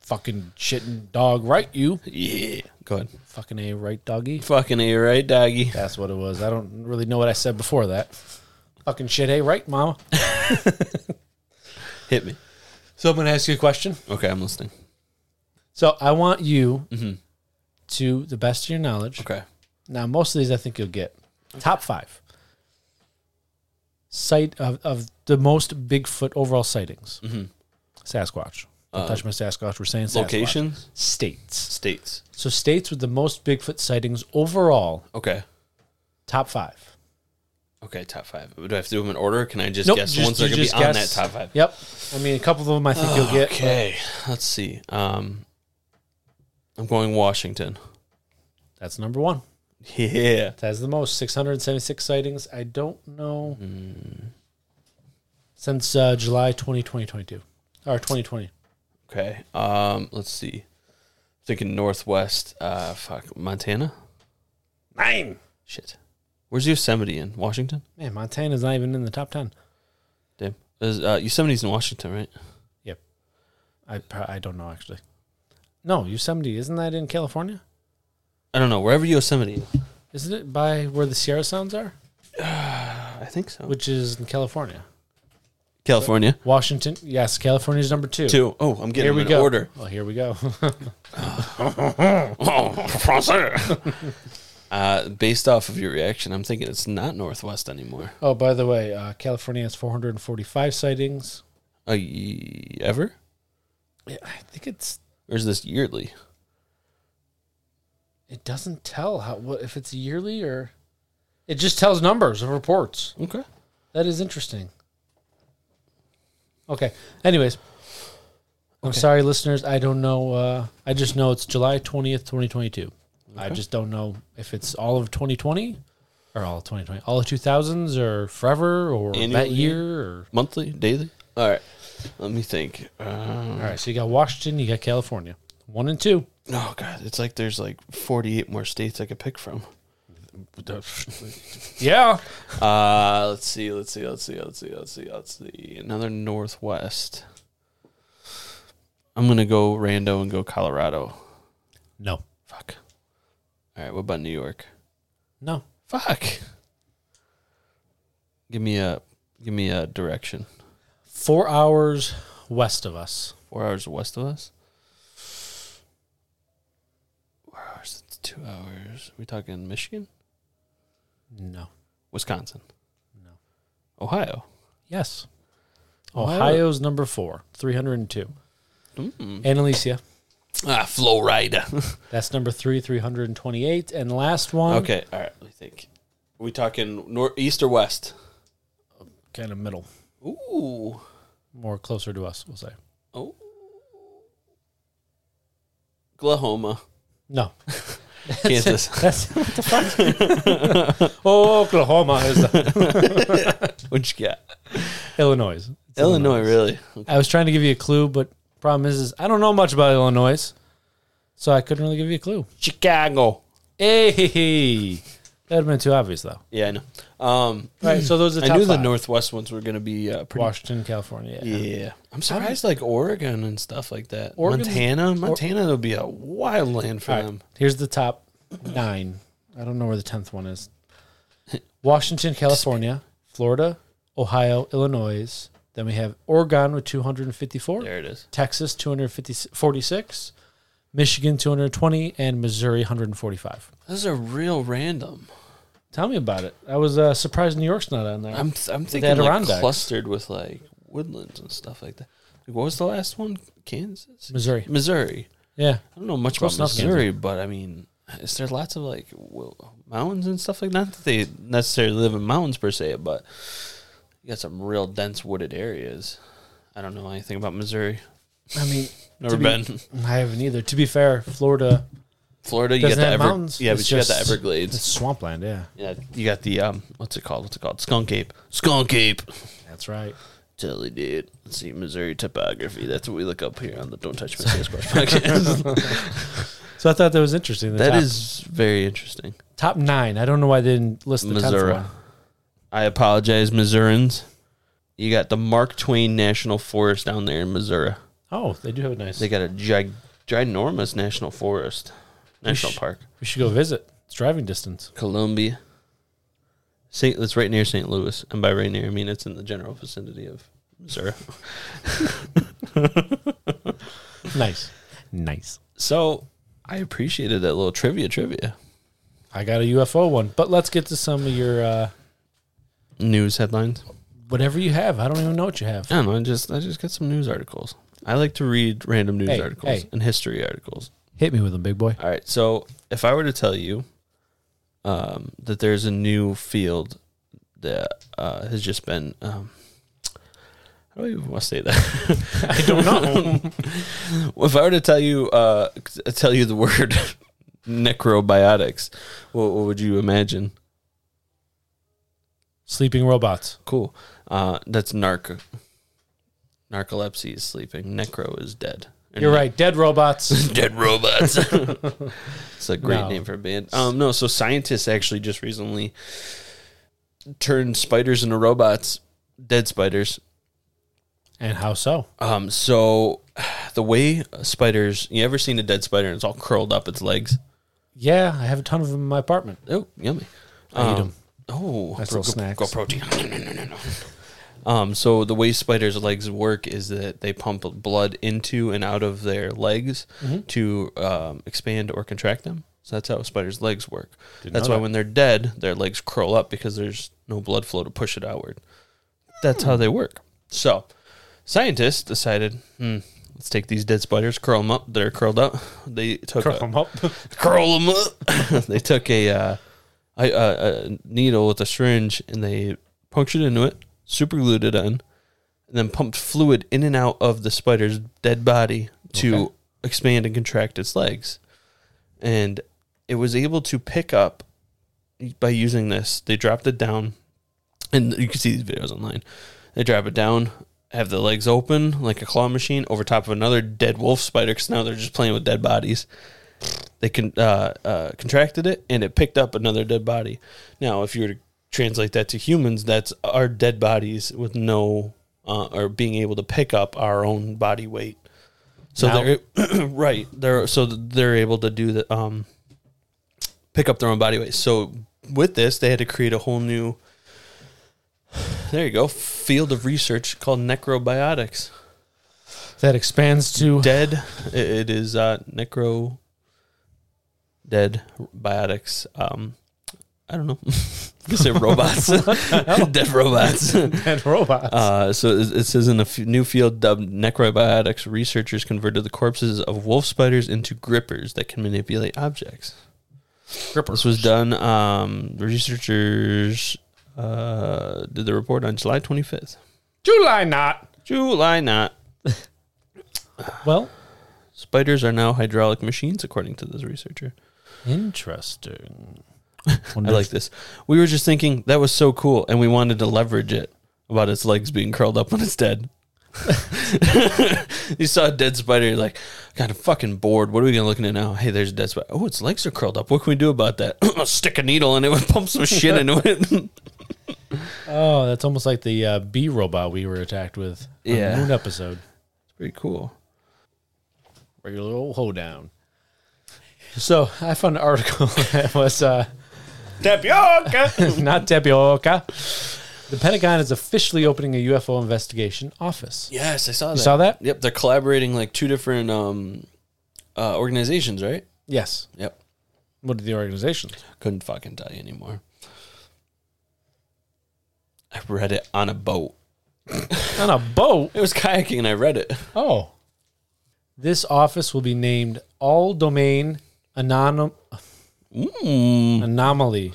fucking shitting dog, right? You
Yeah. Go ahead.
fucking a right doggy.
Fucking A, right, doggy?
That's what it was. I don't really know what I said before that. Fucking shit, hey, right, mama?
Hit me.
So I'm going to ask you a question.
Okay, I'm listening.
So I want you to the best of your knowledge.
Okay.
Now, most of these I think you'll get. Top five sight of, of the most Bigfoot overall sightings. Sasquatch. Don't touch my Sasquatch. We're saying Sasquatch.
Locations?
states.
States.
So states with the most Bigfoot sightings overall.
Okay.
Top five.
Okay, top five. Do I have to do them in order? Or can I just guess the
just-
ones that are
you
going to
just
be on that
guess.
top five? Oh,
Yep. I mean, a couple of them I think you'll get.
Okay, let's see. Um, I'm going Washington.
That's number one.
Yeah.
That has the most 676 sightings. I don't know
Hmm.
since uh, July 20, 2022 or 2020.
Okay. Um, let's see. Thinking Northwest. Uh, fuck Montana.
Nine.
Shit. Where's Yosemite in Washington?
Man, Montana's not even in the top 10.
Damn. Is, uh, Yosemite's in Washington, right?
Yep. I pro- I don't know actually. No, Yosemite isn't that in California?
I don't know. Wherever Yosemite. Is.
Isn't it by where the Sierra Sounds are,
I think so.
which is in California?
California.
Washington, yes, California's number two.
Two. Oh, I'm getting them
Here we
in
go.
order.
Well, here we go.
Oh, français.
Uh, based off of your reaction, I'm thinking it's not Northwest anymore.
oh, by the way, uh, California has 445 sightings.
Uh, y- ever?
Yeah, I think it's
Or is this yearly?
It doesn't tell how what if it's yearly or it just tells numbers of reports.
Okay.
That is interesting. Okay. Anyways, I'm sorry, listeners. I don't know. Uh, I just know it's July 20th, 2022. I just don't know if it's all of 2020 or all of 2020, all of 2000s or forever or that
Annually?
year. Or,
Monthly? Daily? All right. Let me think. Uh,
all right. So you got Washington, you got California. One and two.
oh god, it's like there's like 48 more states I could pick from.
Yeah.
Uh, let's see, let's see, let's see, let's see, let's see, let's see. Another Northwest. I'm gonna go rando and go Colorado.
No.
Fuck. All right. What about New York?
No.
Fuck. Give me a give me a direction.
Four hours west of us.
Four hours west of us. Four hours. It's two hours. we talking Michigan,
No.
Wisconsin,
No.
Ohio.
Yes.
Ohio-
Ohio's number four, 302.
Mm.
Annalisa.
Ah, Florida.
That's number three, 328. And last one.
okay, all right. Let me think. we talking north, east, or west?
Kind of middle.
Ooh.
More closer to us, we'll say.
Oh. Oklahoma.
No.
Kansas.
That's what the fuck? oh, Oklahoma is
What you got?
Illinois. It's
Illinois, really?
I was trying to give you a clue, but problem is, is I don't know much about Illinois, so I couldn't really give you a clue.
Chicago.
Hey, that would have been too obvious, though.
Yeah, I know. Um,
All right, so those are the
I
top
knew the
five.
Northwest ones were going to be uh, pretty.
Washington, California. Yeah.
Yeah, I'm surprised like Oregon and stuff like that.
Oregon's-
Montana, Montana will be a wild land for
All right,
them.
here's the top nine. I don't know where the tenth one is. Washington, California, Florida, Ohio, Illinois. Then we have Oregon with 254.
There it is.
Texas 246, Michigan 220, and Missouri 145.
Those are real random.
Tell me about it. I was uh, surprised New York's not on there.
I'm I'm thinking like
Adirondacks.
clustered with like woodlands and stuff like that. Like, what was the last one? Kansas,
Missouri.
Missouri.
Yeah.
I don't know much
Close
about
enough, Kansas.
Missouri, but I mean, is there lots of like w- mountains and stuff like that? Not that they necessarily live in mountains per se, but you got some real dense wooded areas. I don't know anything about Missouri.
I mean,
Never
be-
been.
I haven't either. To be fair, Florida
Florida, you got
doesn't
the
have
Ever-
mountains.
Yeah,
It's
but you got the
just- It's
Everglades.
swampland, yeah.
Yeah, you got the um, what's it called? What's it called? Skunk ape. Skunk ape.
That's right.
Totally, dude. Let's see Missouri topography. That's what we look up here on the Don't Touch My Sasquatch podcast.
So I thought that was interesting. The
that
top,
is very interesting.
top nine. I don't know why they didn't list the
Missouri.
tenth one.
I apologize, Missourians. You got the Mark Twain National Forest down there in Missouri.
Oh, they do have a nice.
They got a gig- ginormous national forest, national
sh-
park.
we should go visit. It's driving distance.
Columbia. St. It's right near St. Louis, and by right near, I mean it's in the general vicinity of Missouri.
Nice. nice.
So I appreciated that little trivia, trivia
I got a UFO one, but let's get to some of your uh,
news headlines.
whatever you have. I don't even know what you have.
I don't know. I just I just got some news articles. I like to read random news
Hey,
articles
hey.
and history articles.
Hit me with them, big boy.
All right. So if I were to tell you um, that there's a new field that uh, has just been, um, how do I even want to say that? I don't know. if I were to tell you, uh, tell you the word necrobiotics, what, what would you imagine?
Sleeping robots.
Cool. Uh, that's narco. Narcolepsy is sleeping. Necro is dead. And
You're right. Dead robots.
Dead robots. it's a great
No.
name for a band. Um, no, so scientists actually just recently turned spiders into robots, dead spiders.
and how so?
Um, so the way spiders, you ever seen a dead spider and it's all curled up its legs?
Yeah, I have a ton of them in my apartment.
Oh, yummy.
I eat
Um,
'em.
Oh,
Nice little
go,
snacks.
Go protein. No, no, no, no, no. Um, so the way spiders' legs work is that they pump blood into and out of their legs
Mm-hmm.
to um, expand or contract them. So that's how spiders' legs work. that's
know
why
that.
when they're dead, their legs curl up because there's no blood flow to push it outward. That's
Hmm.
how they work. So scientists decided, hmm, let's take these dead spiders, curl them up. They're curled up. They took a-
up.
curl them up. they took a, uh, I- uh, a needle with a syringe and they punctured into it, super glued it on, and then pumped fluid in and out of the spider's dead body to expand and contract its legs. And it was able to pick up by using this. They dropped it down, and you can see these videos online. They drop it down, have the legs open like a claw machine over top of another dead wolf spider because now they're just playing with dead bodies they con- uh, uh, contracted it and it picked up another dead body. Now, if you were to translate that to humans, that's our dead bodies with no uh, or being able to pick up our own body weight. So
Now-
they're right. They're so they're able to do the um, pick up their own body weight. So with this, they had to create a whole new. There you go. Field of research called necrobiotics.
That expands to
Dead. It it is uh, necro. Dead biotics. Um, I don't know. I say robots, dead robots.
and robots.
Uh, so it it says in a f- new field dubbed necrobiotics, researchers converted the corpses of wolf spiders into grippers that can manipulate objects. This was done. Um, researchers uh, did the report on July 25th.
July not.
July not.
Well,
Spiders are now hydraulic machines, according to this researcher.
interesting.
I like this. We were just thinking that was so cool, and we wanted to leverage it about its legs being curled up when it's dead. you saw a dead spider, you're like, God, I'm fucking bored. What are we gonna look at now? Hey, there's a dead spider. Oh, its legs are curled up. What can we do about that? Stick a needle in it, would pump some shit into it.
Oh, that's almost like the uh, bee robot we were attacked with. on
Yeah.
the moon episode.
Pretty cool.
Regular old hoedown. So I found an article that was uh,
Tapioca!
not tapioca. The Pentagon is officially opening a UFO investigation office.
Yes, I saw that. You
saw that?
Yep, they're collaborating like two different um, uh, organizations, right?
Yes.
Yep.
What are the organizations?
Couldn't fucking tell you anymore. I read it on a boat.
On a boat.
It was kayaking and I read it.
Oh. This office will be named All Domain Anonym Hmm.
Mm.
Anomaly.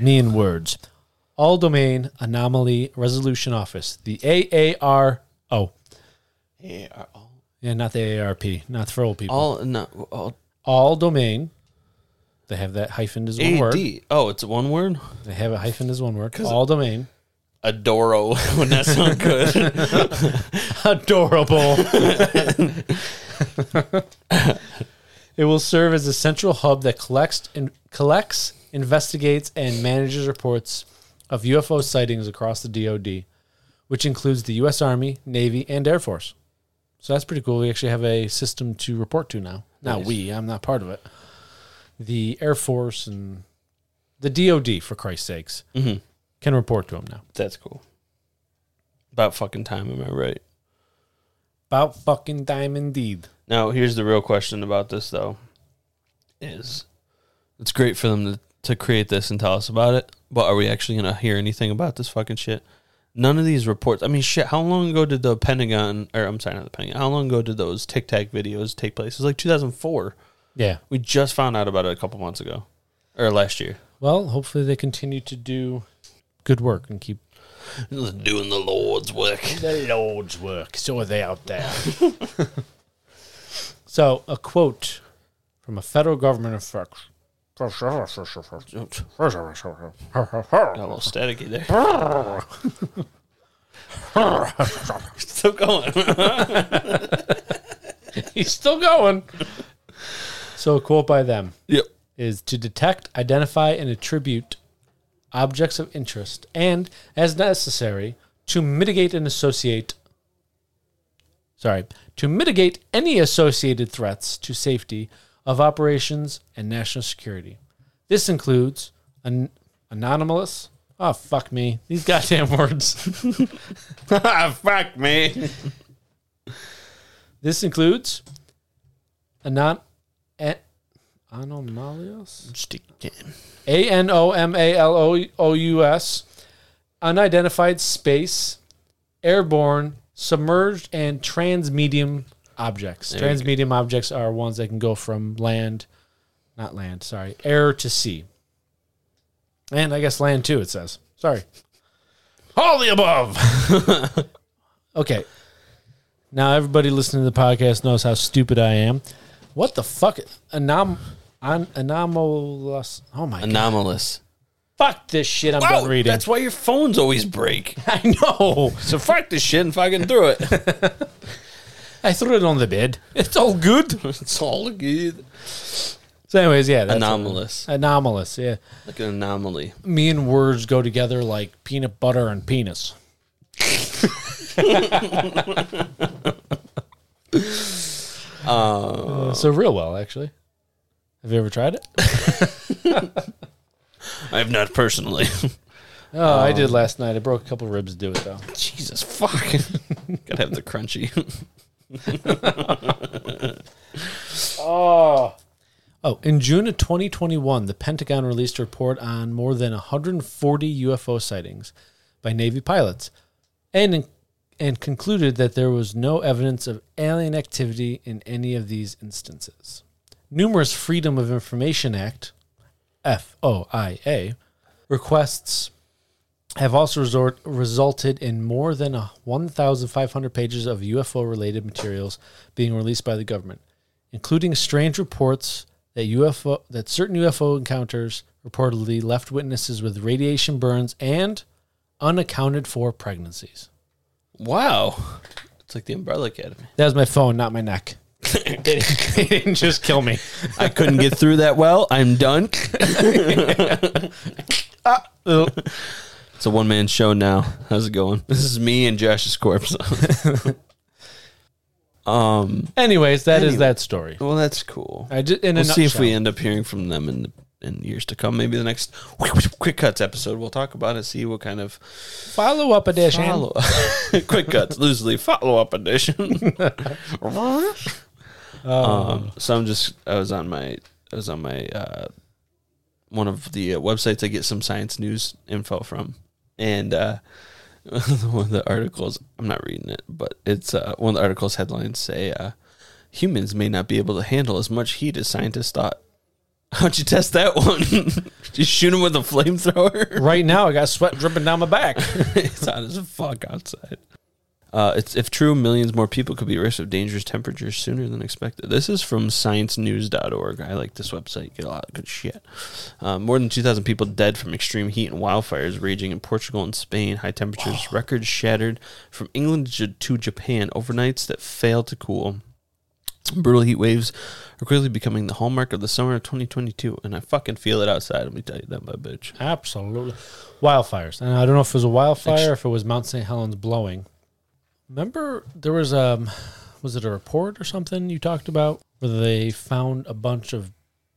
Me in words. All Domain Anomaly Resolution Office, the AAR. Oh,
Yeah, all,
yeah, not the AARP, not for old people. All,
all, no, all
Domain. They have that hyphen as one word.
AD. Oh, it's one word?
They have a hyphen as one word. All Domain.
Adoro. Wouldn't that sound good?
Adorable. it will serve as a central hub that collects and collects, investigates, and manages reports of UFO sightings across the DoD, which includes the U.S. Army, Navy, and Air Force. So that's pretty cool. We actually have a system to report to now. Not we. I'm not part of it. The Air Force and the DoD, for Christ's sakes, can report to them now.
That's cool. About fucking time, am I right?
About fucking time, indeed.
Now, here's the real question about this, though. Is it's great for them to, to create this and tell us about it, but are we actually going to hear anything about this fucking shit? None of these reports. I mean, shit. How long ago did the Pentagon, or I'm sorry, not the Pentagon. How long ago did those Tic Tac videos take place? It was like 2004.
Yeah.
We just found out about it a couple months ago, or last year.
Well, hopefully they continue to do good work and keep
Doing the Lord's work.
the Lord's work. So are they out there? so, a quote from a federal government official.
Got a little staticky there. Still going.
He's still going. So, a quote by them
yep.
is to detect, identify, and attribute objects of interest, and as necessary, to mitigate and associate. Sorry, to mitigate any associated threats to safety of operations and national security. This includes an anonymous. Oh fuck me! These goddamn words.
Ah, Fuck me.
This includes anon. An- anomalios.
Stick in.
A N O M A L O O U S, unidentified space, airborne, submerged, and transmedium objects. Transmedium objects are ones that can go from land, not land, sorry, air to sea. And I guess land too, it says. Sorry. All the above. okay. Now, everybody listening to the podcast knows how stupid I am. What the fuck? Anom. An- anomalous. Oh my god.
Anomalous.
Fuck this shit. I'm
Oh,
done reading.
That's why your phones always break.
I know.
So fuck this shit and fucking through it.
I threw it on the bed. It's all good.
it's all good.
So, anyways, yeah. That's
Anomalous.
Anomalous, yeah.
Like an anomaly.
Me and words go together like peanut butter and penis. Uh, so real well, actually. Have you ever tried it?
I have not personally.
Oh, I did last night. I broke a couple ribs to do it though.
Jesus fuck. Gotta have the crunchy.
Oh, Oh, in June of 2021, the Pentagon released a report on more than 140 UFO sightings by Navy pilots and, and concluded that there was no evidence of alien activity in any of these instances. Numerous Freedom of Information Act, FOIA, requests have also resort, resulted in more than a 1,500 pages of UFO related materials being released by the government, including strange reports that UFO that certain UFO encounters reportedly left witnesses with radiation burns and unaccounted for pregnancies.
Wow. It's like the Umbrella Academy.
That was my phone, not my neck. they didn't just kill me.
I couldn't get through that well. I'm done.
Oh,
It's a one man show now. How's it going? This is me and Josh's corpse. um.
Anyways, that is that story.
Well, that's cool.
I just, in a
We'll see if
nutshell.
we end up hearing from them in the in years to come. Maybe the next quick cuts episode, we'll talk about it. See what kind of
follow up a dash. Hand.
follow quick cuts loosely follow up edition. um, so I'm just I was on my I was on my uh, one of the uh, websites I get some science news info from, and uh, one of the articles I'm not reading it, but it's uh, one of the articles headlines say uh, humans may not be able to handle as much heat as scientists thought. How'd you test that one? Did you shoot him with a flamethrower?
Right now, I got sweat dripping down my back.
it's hot as fuck outside. Uh, it's if true, millions more people could be at risk of dangerous temperatures sooner than expected. This is from ScienceNews.org. I like this website; get a lot of good shit. Uh, more than two thousand people dead from extreme heat and wildfires raging in Portugal and Spain. High temperatures records shattered from England to to Japan overnights that failed to cool. Brutal heat waves are quickly becoming the hallmark of the summer of 2022, and I fucking feel it outside. Let me tell you that, my bitch.
Absolutely. Wildfires. And I don't know if it was a wildfire or if it was Mount St. Helens blowing. Remember there was um was it a report or something you talked about where they found a bunch of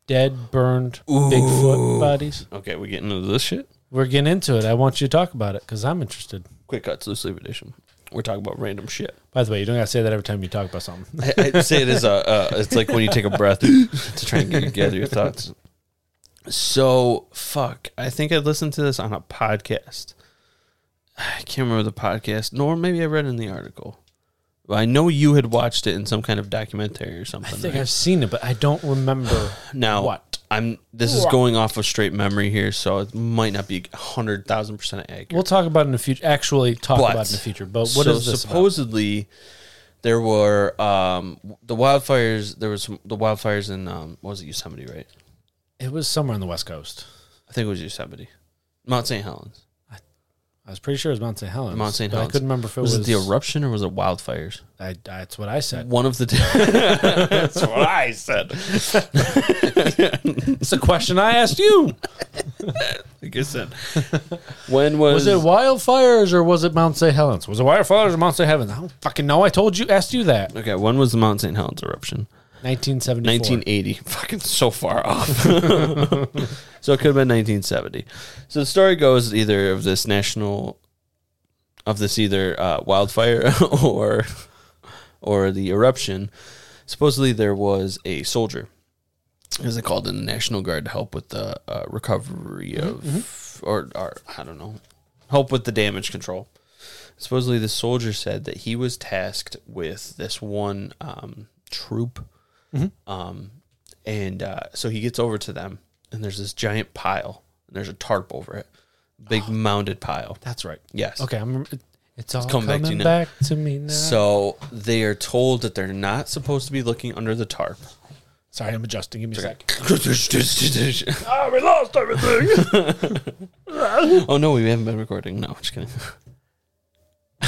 dead burned Bigfoot bodies?
Okay, we getting into this shit.
We're getting into it. I want you to talk about it cuz I'm interested.
Quick cuts, loose leaf edition. We're talking about random shit.
By the way, you don't got to say that every time you talk about something.
I, I'd say it is a. Uh, it's like when you take a breath to try and get, gather your thoughts. So fuck. I think I listened to this on a podcast. I can't remember the podcast, nor maybe I read it in the article. But I know you had watched it in some kind of documentary or
I
something.
think
right?
I've seen it, but I don't remember.
Now,
What?
I'm this is going off of straight memory here, so it might not be hundred thousand percent accurate.
We'll talk about it in the future. Actually, talk
But-
about it in the future. But what is
so
this? about?
supposedly there were um, the wildfires. There was some, the wildfires in um, what was it Yosemite, right?
It was somewhere on the West Coast.
I think it was Yosemite, Mount St. Helens.
I was pretty sure it was Mount St. Helens.
Mount St.
but
Helens.
I couldn't remember if it
was,
was,
it the eruption or was it wildfires?
I, I- that's what I said.
One of the. That's what I said.
It's a question I asked you.
Like I said, when was,
Was it wildfires or was it Mount St. Helens? Was it wildfires or Mount St. Helens? I don't fucking know. I told you, asked you that.
Okay, when was the Mount St. Helens eruption?
1974.
1980. Fucking so far off. so it could have been 1970. So the story goes either of this national, of this either uh, wildfire or, or the eruption. Supposedly there was a soldier, as they called in the National Guard to help with the uh, recovery of, or, or I don't know, help with the damage control. Supposedly, the soldier said that he was tasked with this one um, troop um, and uh, so he gets over to them, and there's this giant pile, and there's a tarp over it, big
Ah.
mounded pile.
That's right.
Yes.
Okay, I'm. It, it's all
coming
coming
back to
back,
you
to,
now.
me now.
So they are told that they're not supposed to be looking under the tarp.
Sorry, I'm adjusting. Give me a sec.
oh
Ah, we lost everything.
Oh, no, we haven't been recording. No, just kidding.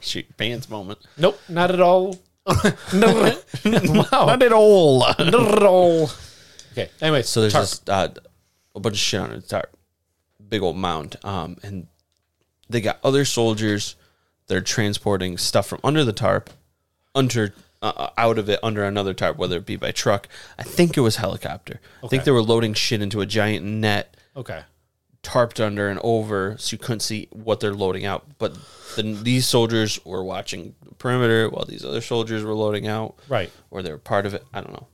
Shoot, pants moment.
Nope, not at all. no, wow,
at all.
not at all. Okay. Anyway,
So there's
tarp.
this, uh, a bunch of shit on it. tarp, big old mound. Um, and they got other soldiers. They're transporting stuff from under the tarp, under uh, uh, out of it under another tarp, whether it be by truck. I think it was helicopter. I think
Okay.
they were loading shit into a giant net,
okay.
tarped under and over, so you couldn't see what they're loading out. But then these soldiers were watching the perimeter while these other soldiers were loading out
Right.
or they were part of it. I don't know.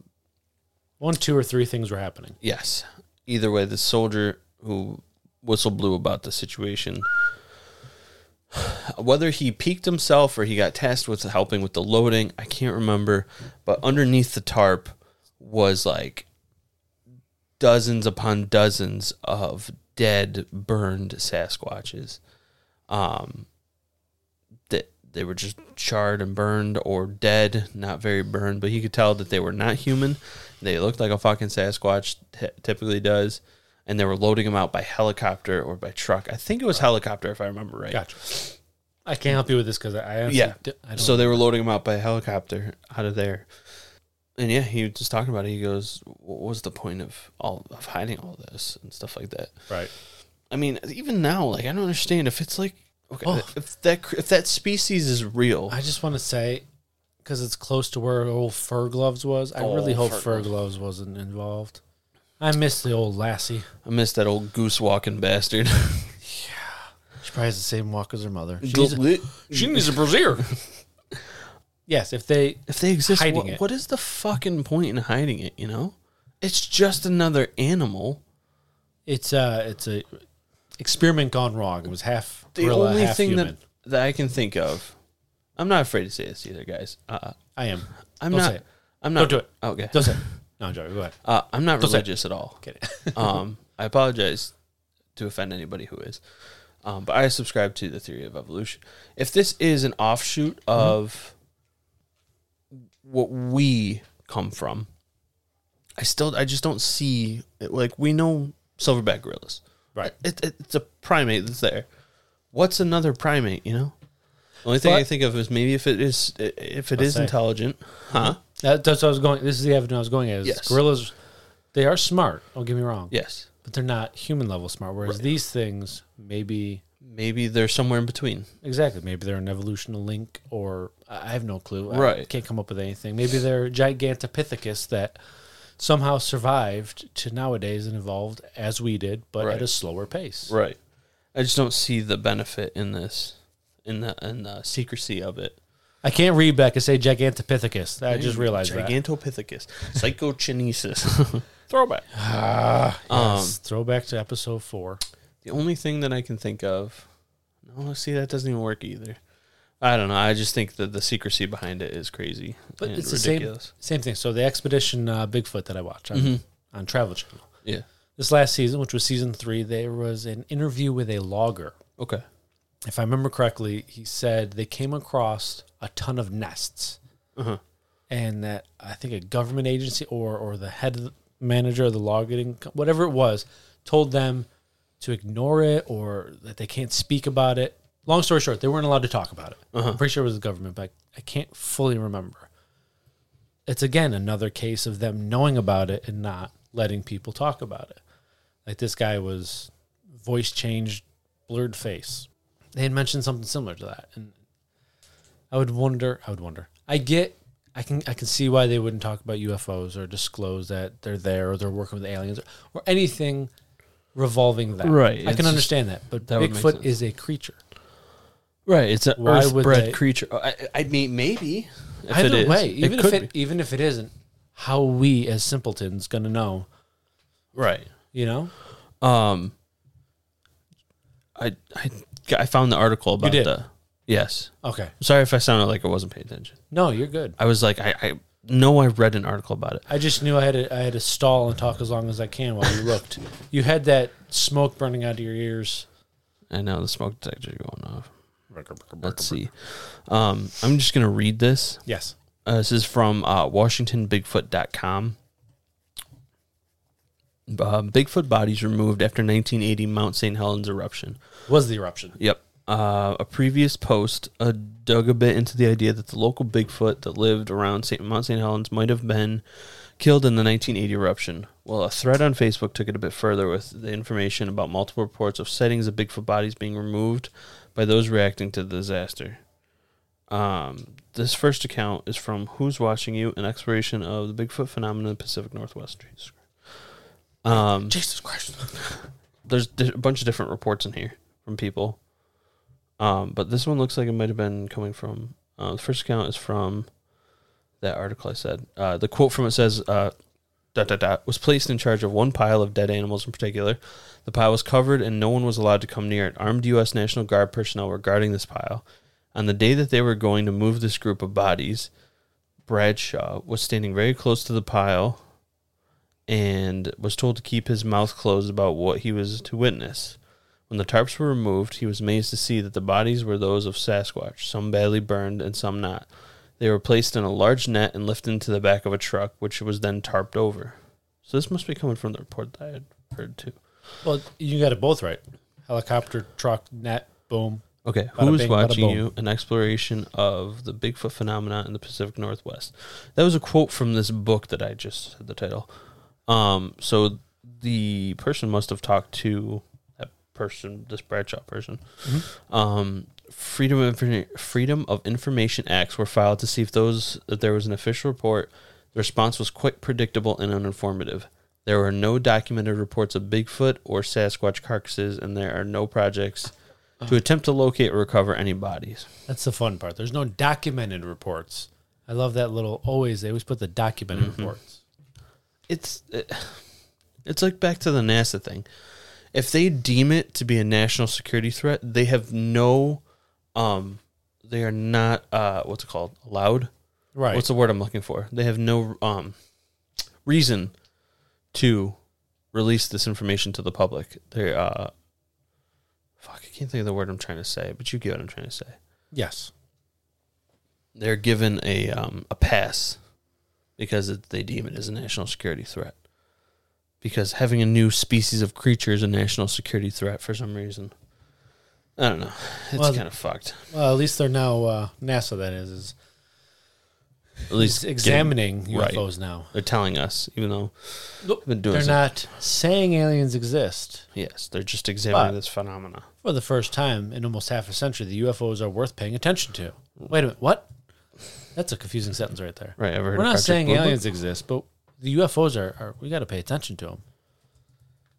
One, two, or three things were happening.
Yes. Either way, the soldier who whistle blew about the situation, whether he peaked himself or he got tasked with helping with the loading, I can't remember. But underneath the tarp was like dozens upon dozens of dead, burned Sasquatches. Um, that they were just charred and burned or dead, not very burned, but he could tell that they were not human. They looked like a fucking Sasquatch t- typically does, and they were loading them out by helicopter or by truck. I think it was helicopter, if I remember right.
Gotcha. I can't help you with this because I, I honestly
Yeah.
di- I don't
So they were loading him out by helicopter out of there. And yeah, he was just talking about it. He goes, "What was the point of all of hiding all this and stuff like that?"
right.
I mean, even now, like I don't understand if it's like okay,
Oh.
if that if that species is real,
I just want to say because it's close to where old Fur Gloves was. I
Oh,
really hope
Fur
Fur Gloves wasn't involved. I miss the old lassie.
I miss that old goose walking bastard.
She probably has the same walk as her mother. She needs a-
She needs a brassiere.
yes, if they
if they exist,
Hiding
what-
it.
what is the fucking point in hiding it? You know, it's just another animal.
It's a it's a experiment gone wrong. It was half
The
gorilla,
only
half
thing
human.
that that I can think of, I'm not afraid to say this either, guys. Uh,
I am.
I'm
Don't
not.
say it.
I'm not.
Don't do it.
Okay.
Don't say. it. No, I'm joking. Go ahead.
Uh, I'm not
say it.
religious at all.
Get it.
um, I apologize to offend anybody who is, um, but I subscribe to the theory of evolution. If this is an offshoot
Mm-hmm.
of what we come from, I still I just don't see like we know silverback gorillas,
Right.
It, it, it's a primate that's there. What's another primate? You know, the only thing I
But-
think of is maybe if it is if it is
say.
intelligent, huh?
That, that's what I was going. This is the avenue I was going at. is
Yes.
Gorillas, they are smart. Don't get me wrong.
Yes,
But they're not human level smart. Whereas these things, maybe
maybe they're somewhere in between.
exactly, maybe they're an evolutional link, or I I have no clue. I
Right.
can't come up with anything. Maybe they're Gigantopithecus that somehow survived to nowadays and evolved as we did, but
Right.
at a slower pace.
Right. I just don't see the benefit in this, in the in the secrecy of it.
I can't read back and say Gigantopithecus. I just realized that.
Gigantopithecus, psychokinesis.
Throwback.
Ah,
Yes,
um,
Throwback to episode four.
the only thing that I can think of. No, see that doesn't even work either. I don't know. I just think that the secrecy behind it is crazy.
But
and
it's
ridiculous.
the same same thing. So the expedition uh, Bigfoot that I watch on,
Mm-hmm.
on Travel Channel
Yeah.
this last season, which was season three, there was an interview with a logger.
Okay.
If I remember correctly, he said they came across a ton of nests, and that I think a government agency or or the head of the manager of the logging, co- whatever it was, told them to ignore it or that they can't speak about it. Long story short, they weren't allowed to talk about it. I'm pretty sure it was the government, but I can't fully remember. It's again another case of them knowing about it and not letting people talk about it. Like this guy was voice changed, blurred face. They had mentioned something similar to that, and I would wonder. I would wonder. I get. I can. I can see why they wouldn't talk about UFOs or disclose that they're there or they're working with aliens or, or anything revolving that.
Right,
I
it's
can
just-
understand that, but
that would make
Bigfoot
sense.
is a creature.
Right. It's an
Why would
earth-bred
they-
creature. I, I mean, maybe. If
Either
it is,
way,
it
even if
could
it
be.
even if it isn't, how we as simpletons gonna know?
right.
You know,
Um, I I I found the article about
did?
the yes.
okay.
Sorry if I sounded like I wasn't paying attention.
No, you're good.
I was like, I, I know I read an article about it.
I just knew I had to, I had to stall and talk as long as I can while you looked. you had that smoke burning out of your ears.
I know the smoke detector going off. Let's see. Um, I'm just gonna read this.
Yes.
Uh, this is from uh, WashingtonBigfoot.com. Uh, Bigfoot bodies removed after 1980 Mount St. Helens eruption.
Was the eruption.
Yep. Uh, a previous post uh, dug a bit into the idea that the local Bigfoot that lived around St. Mount St. Helens might have been killed in the 1980 eruption. Well, a thread on Facebook took it a bit further with the information about multiple reports of sightings of Bigfoot bodies being removed by those reacting to the disaster. Um, this first account is from Who's Watching You, an exploration of the Bigfoot phenomenon in the Pacific Northwest. Jesus Christ. Um,
Jesus Christ.
there's di- a bunch of different reports in here from people. Um, but this one looks like it might have been coming from uh, the first account is from that article I said. Uh, the quote from it says, uh, dot, dot, dot, was placed in charge of one pile of dead animals in particular. The pile was covered, and no one was allowed to come near it. Armed U.S. National Guard personnel were guarding this pile. On the day that they were going to move this group of bodies, Bradshaw was standing very close to the pile and was told to keep his mouth closed about what he was to witness. When the tarps were removed, he was amazed to see that the bodies were those of Sasquatch, some badly burned and some not. They were placed in a large net and lifted into the back of a truck, which was then tarped over. So this must be coming from the report that I had heard too.
Well, you got it both right. Helicopter, truck, net, boom.
Okay,
Bada
who is
bing, bada
watching
boom.
you? An exploration of the Bigfoot phenomenon in the Pacific Northwest. That was a quote from this book that I just said the title. Um, so the person must have talked to that person, this Bradshaw person. Um, Freedom of Infor- Freedom of Information Acts were filed to see if those that there was an official report. The response was quite predictable and uninformative. There were no documented reports of Bigfoot or Sasquatch carcasses, and there are no projects to attempt to locate or recover any bodies.
That's the fun part. There's no documented reports. I love that little always. They always put the documented
Mm-hmm.
reports.
It's it, it's like back to the NASA thing. If they deem it to be a national security threat, they have no, um, they are not uh, what's it called allowed.
Right.
What's the word I'm looking for? They have no um reason to release this information to the public. They uh, fuck, I can't think of the word I'm trying to say, but you get what I'm trying to say.
Yes.
they're given a um, a pass because it, they deem it as a national security threat. Because having a new species of creature is a national security threat for some reason. I don't know. It's
Well,
kind of fucked.
well, at least they're now uh, NASA. That is, is
At least getting-
examining
right.
UFOs now.
They're telling us, even though
Nope,
they've been doing.
They're
some-
not saying aliens exist
Yes, they're just examining
But-
this phenomena.
for the first time in almost half a century. The UFOs are worth paying attention to. Wait a minute. What? That's a confusing sentence right there.
Right. Ever heard
We're
of
not
Project
saying
Blue Book?
aliens exist, but the UFOs are. are we got to pay attention to them.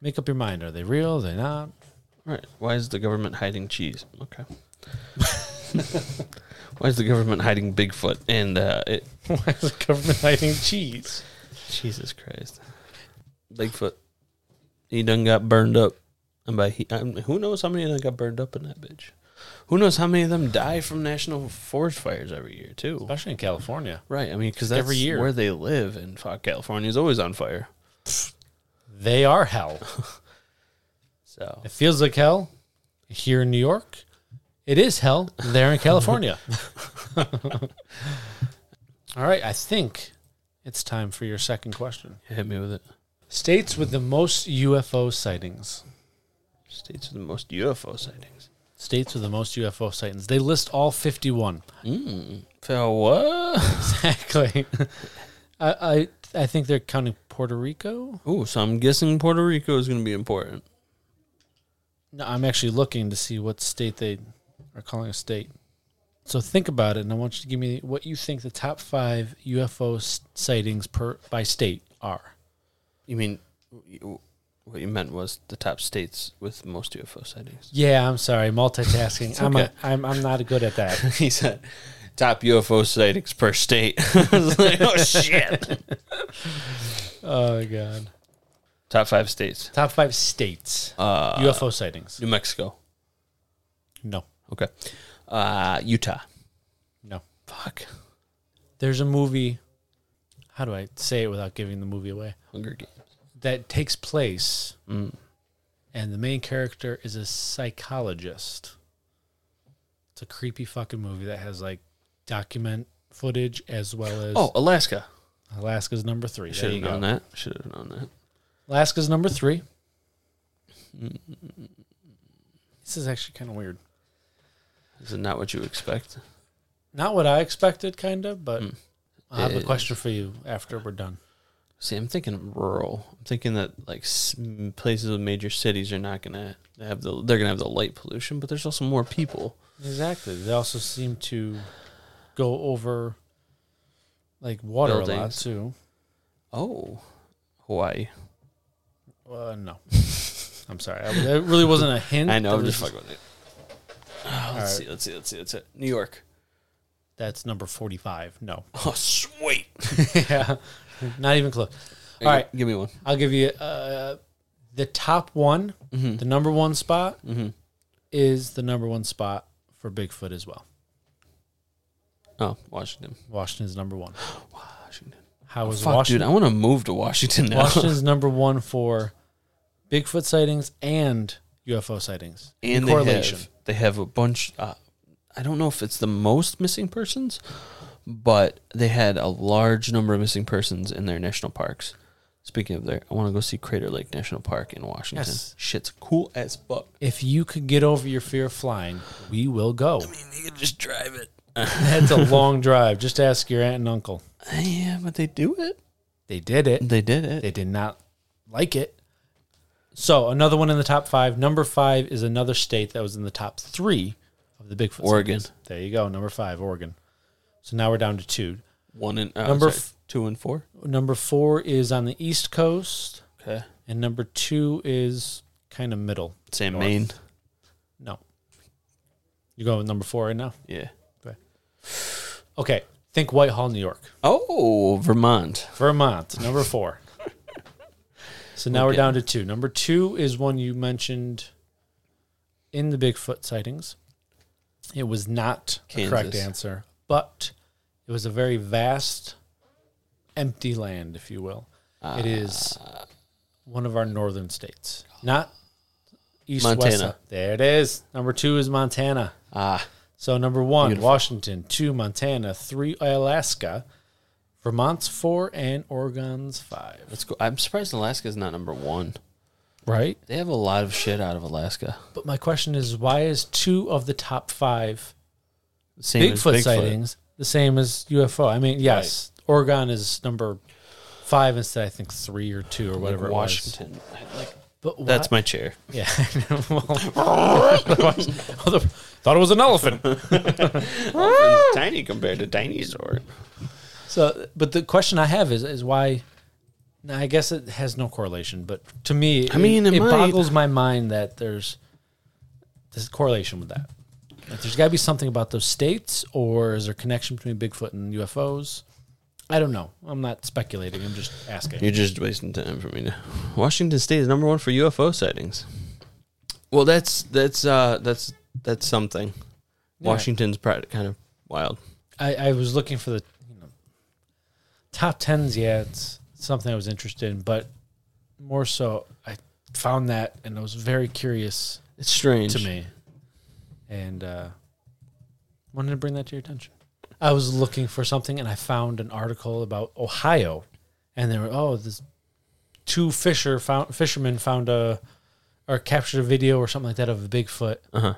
Make up your mind. Are they real? Are they not?
Right. Why is the government hiding cheese? Okay. Why is the government hiding Bigfoot and uh, it,
Why is the government hiding cheese?
Jesus Christ. Bigfoot. He done got burned up. And by he, I mean, who knows how many of them got burned up in that bitch? Who knows how many of them die from national forest fires every year, too?
Especially in California,
Right. I mean, because that's
Every year.
where they live. And fuck, California's always on fire.
they are hell.
So,
It feels like hell here in New York. It is hell there in California. All right, I think it's time for your second question.
hit me with it.
States with the most UFO sightings.
States with the most UFO sightings.
States with the most UFO sightings. They list all 51.
Mm. So, what?
Exactly. I, I I think they're counting Puerto Rico.
Ooh, so I'm guessing Puerto Rico is going to be important.
No, I'm actually looking to see what state they are calling a state. So think about it, and I want you to give me what you think the top five UFO s- sightings per by state are.
You mean, what you meant was the top states with most UFO sightings?
Yeah, I'm sorry, multitasking. I'm,
okay.
a, I'm I'm not good at that.
he said top UFO sightings per state. I was like, oh shit.
oh god.
top five states.
Top five states
Uh,
UFO sightings.
New Mexico.
No,
Okay. Uh, Utah.
no.
Fuck.
There's a movie. How do I say it without giving the movie away?
Hunger Games.
That takes place,
Mm.
and the main character is a psychologist. It's a creepy fucking movie that has like document footage as well as
Oh, Alaska.
Alaska's number three. There
Should have
you go.
known that. Should have known that.
Alaska's number three. This is actually kind of weird.
This is not what you expect.
Not what I expected, kind of, but
Mm.
I have a
Yeah.
question for you after we're done.
See, I'm thinking rural. I'm thinking that like s- m- places with major cities are not gonna have the. They're gonna have the light pollution, but there's also more people.
Exactly. They also seem to go over like water a lot
Buildings.
too.
Oh, Hawaii.
Uh, no, I'm sorry. I, that really wasn't a hint.
I know.
That
I'm
was
just fucking with it. Oh, let's see. Let's see. Let's see. Let's see. New York.
That's number 45. No,
Oh, sweet.
yeah, not even close.
All
right.
Give me one.
I'll give you uh, the top one, the number one spot is the number one spot for Bigfoot as well.
Oh, Washington.
Washington's number one.
Washington.
How is
Fuck, dude,
Washington?
I want to move to Washington now.
Washington's number one for Bigfoot sightings and UFO sightings.
and they have, they have a bunch. Uh, I don't know if it's the most missing persons, but they had a large number of missing persons in their national parks. Speaking of there, I want to go see Crater Lake National Park in Washington.
Yes.
Shit's cool as fuck.
If you could get over your fear of flying, we will go.
You can just drive it.
That's a long drive. Just ask your aunt and uncle.
Yeah, but they do it.
They did it.
They did it.
They did not like it. So another one in the top five. Number five is another state that was in the top three of the Bigfoot.
Oregon.
sightings. There you go. Number five, Oregon. So now we're down to two.
One and uh, number
Number f-
two and four.
Number four is on the East Coast,
Okay.
and number two is kind of middle.
Sam
North.
Maine.
No. You going with number four right now?
Yeah.
Okay. Think Whitehall, New York.
Oh, Vermont.
Vermont, number four. so now we're
Okay.
down to two. Number two is one you mentioned in the Bigfoot sightings. It was not the correct
Kansas.
answer, but it was a very vast, empty land, if you will.
Ah.
it is one of our northern states, not east west.
Montana.
uh, There it is. Number two is Montana.
Ah,
So number one, Washington. Two, Montana. Three, Alaska. Vermont's four and Oregon's five.
let's go. I'm surprised Alaska's not number one.
Right.
They have a lot of shit out of Alaska.
But my question is, why is two of the top five
Same as
Bigfoot, sightings the same as UFO? I mean, yes, Oregon is number five instead, I think three or two or whatever. it was.
Washington.
But why,
That's my chair.
yeah. I know. Well, otherwise- other- thought it was an elephant.
It's tiny compared to dinosaur.
So, but the question I have is, is why? Now, I guess it has no correlation, but to me, I
mean,
it,
it might.
boggles my mind that there's this correlation with that. Like, there's got to be something about those states, or is there a connection between Bigfoot and UFOs? I don't know. I'm not speculating. I'm just asking.
You're just wasting time for me now. Washington State is number one for UFO sightings. Well, that's that's uh that's that's something. Washington's probably kind of wild.
I, I was looking for the you know, top tens. Yeah, it's something I was interested in, but more so, I found that and I was very curious.
It's strange
to me, and uh, wanted to bring that to your attention. I was looking for something, and I found an article about Ohio, and they were oh, this two fisher found fishermen found a or captured a video or something like that of a Bigfoot,
Uh-huh.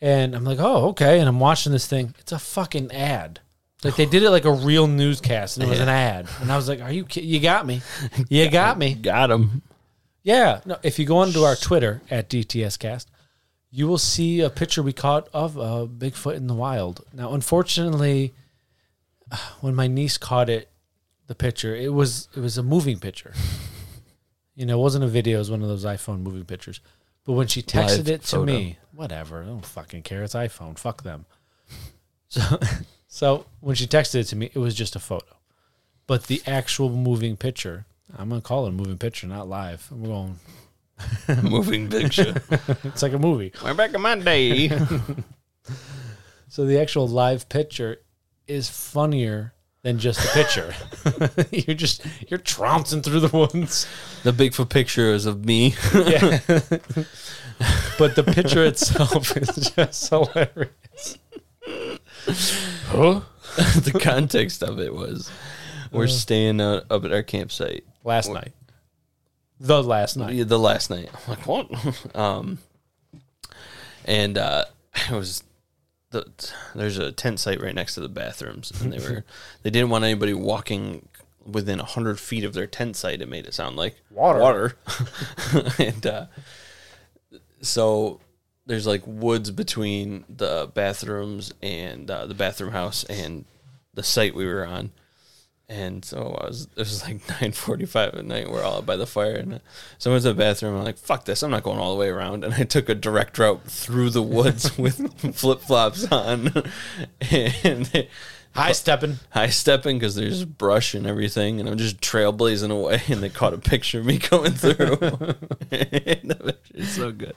and I'm like oh okay, and I'm watching this thing. It's a fucking ad. Like they did it like a real newscast, and it was an ad, and I was like, "Are you? Ki- you got me, you got me."
Got him.
Yeah. No, if you go onto our Twitter at DTScast, you will see a picture we caught of a Bigfoot in the wild. Now, unfortunately, when my niece caught it, the picture it was it was a moving picture. You know, it wasn't a video; it was one of those iPhone moving pictures. But when she texted
Live
it to
photo.
me, whatever, I don't fucking care. It's iPhone. Fuck them. So, so when she texted it to me, it was just a photo but the actual moving picture i'm gonna call it a moving picture not live i'm going
Moving picture.
it's like a movie
We're back in my day.
so the actual live picture is funnier than just the picture you're just you're trouncing through the woods
the Bigfoot picture is of me.
yeah but the picture itself is just hilarious
Huh? the context of it was we're staying uh, up at our campsite
last night the last night
Yeah, the last night. I'm like, what? um, and uh, it was the there's a tent site right next to the bathrooms, and they were they didn't want anybody walking within hundred feet of their tent site. It made it sound like water, water, and uh, so there's like woods between the bathrooms and uh, the bathroom house and the site we were on. And so I was, it was like 945 at night. We're all out by the fire and uh, someone's in the bathroom. I'm like, fuck this. I'm not going all the way around. And I took a direct route through the woods with flip flops on. and they,
High stepping.
high stepping because there's brush and everything, and I'm just trailblazing away. And they caught a picture of me going through. it's so good.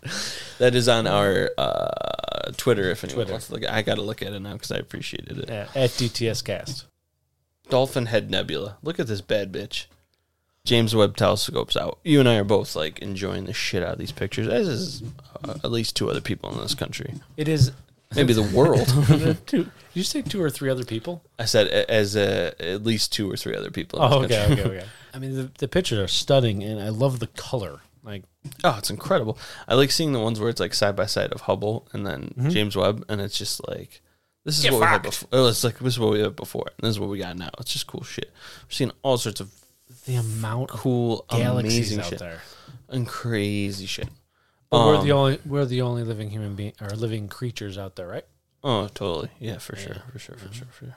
That is on our uh, Twitter. If anyone wants to look, at I got to look at it now because I appreciated it.
Yeah, uh, at DTS Cast.
Dolphin Head Nebula. Look at this bad bitch. James Webb telescope's out. You and I are both like enjoying the shit out of these pictures, as is uh, at least two other people in this country,
It is.
maybe the world.
Two, did you say two or three other people?
I said a- as uh, at least two or three other people. In
Oh,
this
okay,
country.
okay, okay. I mean, the, the pictures are stunning, and I love the color. Like,
Oh, it's incredible. I like seeing the ones where it's like side by side of Hubble and then
Mm-hmm.
James Webb, and it's just like this is what we had before. Oh, it's like this is what we had before, and this is what we got now. It's just cool shit. We're seeing all sorts of
the amount of
cool,
galaxies
amazing
out
shit
there.
and crazy shit.
But we're the
Um,
only we're the only living human being or living creatures out there, right?
Oh, totally. Yeah, for sure, for sure, for sure, for sure.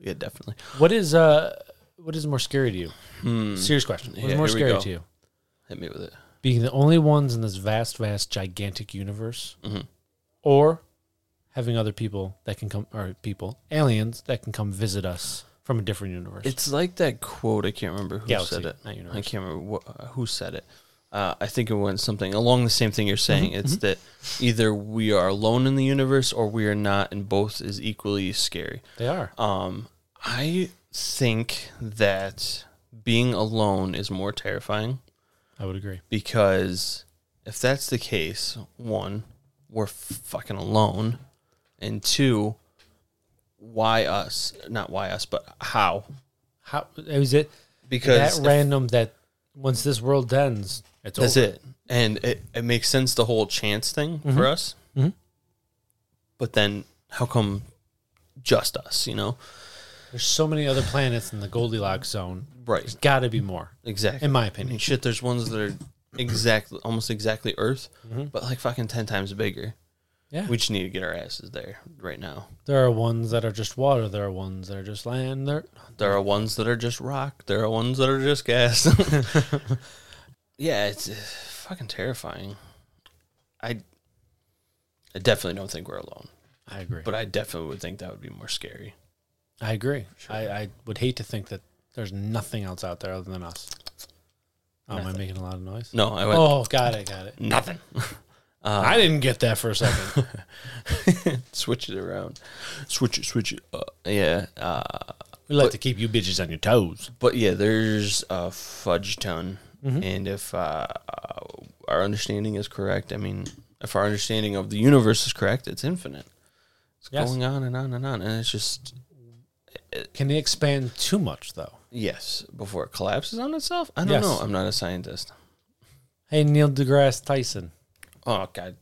Yeah, definitely.
What is uh what is more scary to you?
Hmm.
Serious question. What's
Yeah,
more
here we
scary
go.
to you?
Hit me with it.
Being the only ones in this vast, vast, gigantic universe,
Mhm.
or having other people that can come or people aliens that can come visit us from a different universe.
It's like that quote. I can't remember who
Galaxy,
said it.
not universe.
I can't remember wh- who said it. Uh, I think it went something along the same thing you're saying. It's that either we are alone in the universe or we are not, and both is equally scary.
they are.
Um, I think that being alone is more terrifying
I would agree.
because if that's the case, one, we're fucking alone, and two, why us? Not why us, but how?
How is it that
Because if-
random that once this world ends, it's
That's
over.
it. And it, it makes sense the whole chance thing
Mm-hmm.
for us. But then how come just us, you know?
There's so many other planets in the Goldilocks zone.
Right.
There's got to be more,
Exactly.
in my
I mean,
opinion.
shit, there's ones that are exactly, almost exactly Earth, but like fucking 10 times bigger.
Mm-hmm. Yeah.
We just need to get our asses there right now.
There are ones that are just water. There are ones that are just land. There,
There are ones that are just rock. There are ones that are just gas. yeah, it's uh, fucking terrifying. I, I definitely don't think we're alone,
I agree.
but I definitely would think that would be more scary.
I agree. I, I would hate to think that there's nothing else out there other than us. Oh, am I making a lot of noise?
No, I went
Oh, got it, got it.
nothing.
I didn't get that for a second.
Switch it around. Switch it. Switch it. Uh, yeah. Uh,
we like to keep you bitches on your toes.
but yeah, there's a fudge ton,
Mm-hmm.
and if uh, our understanding is correct, I mean, if our understanding of the universe is correct, it's infinite. It's
Yes.
going on and on and on, and it's just
Can they expand too much though?
yes before it collapses on itself. I don't
Yes.
know. I'm not a scientist.
Hey, Neil deGrasse Tyson.
Oh God.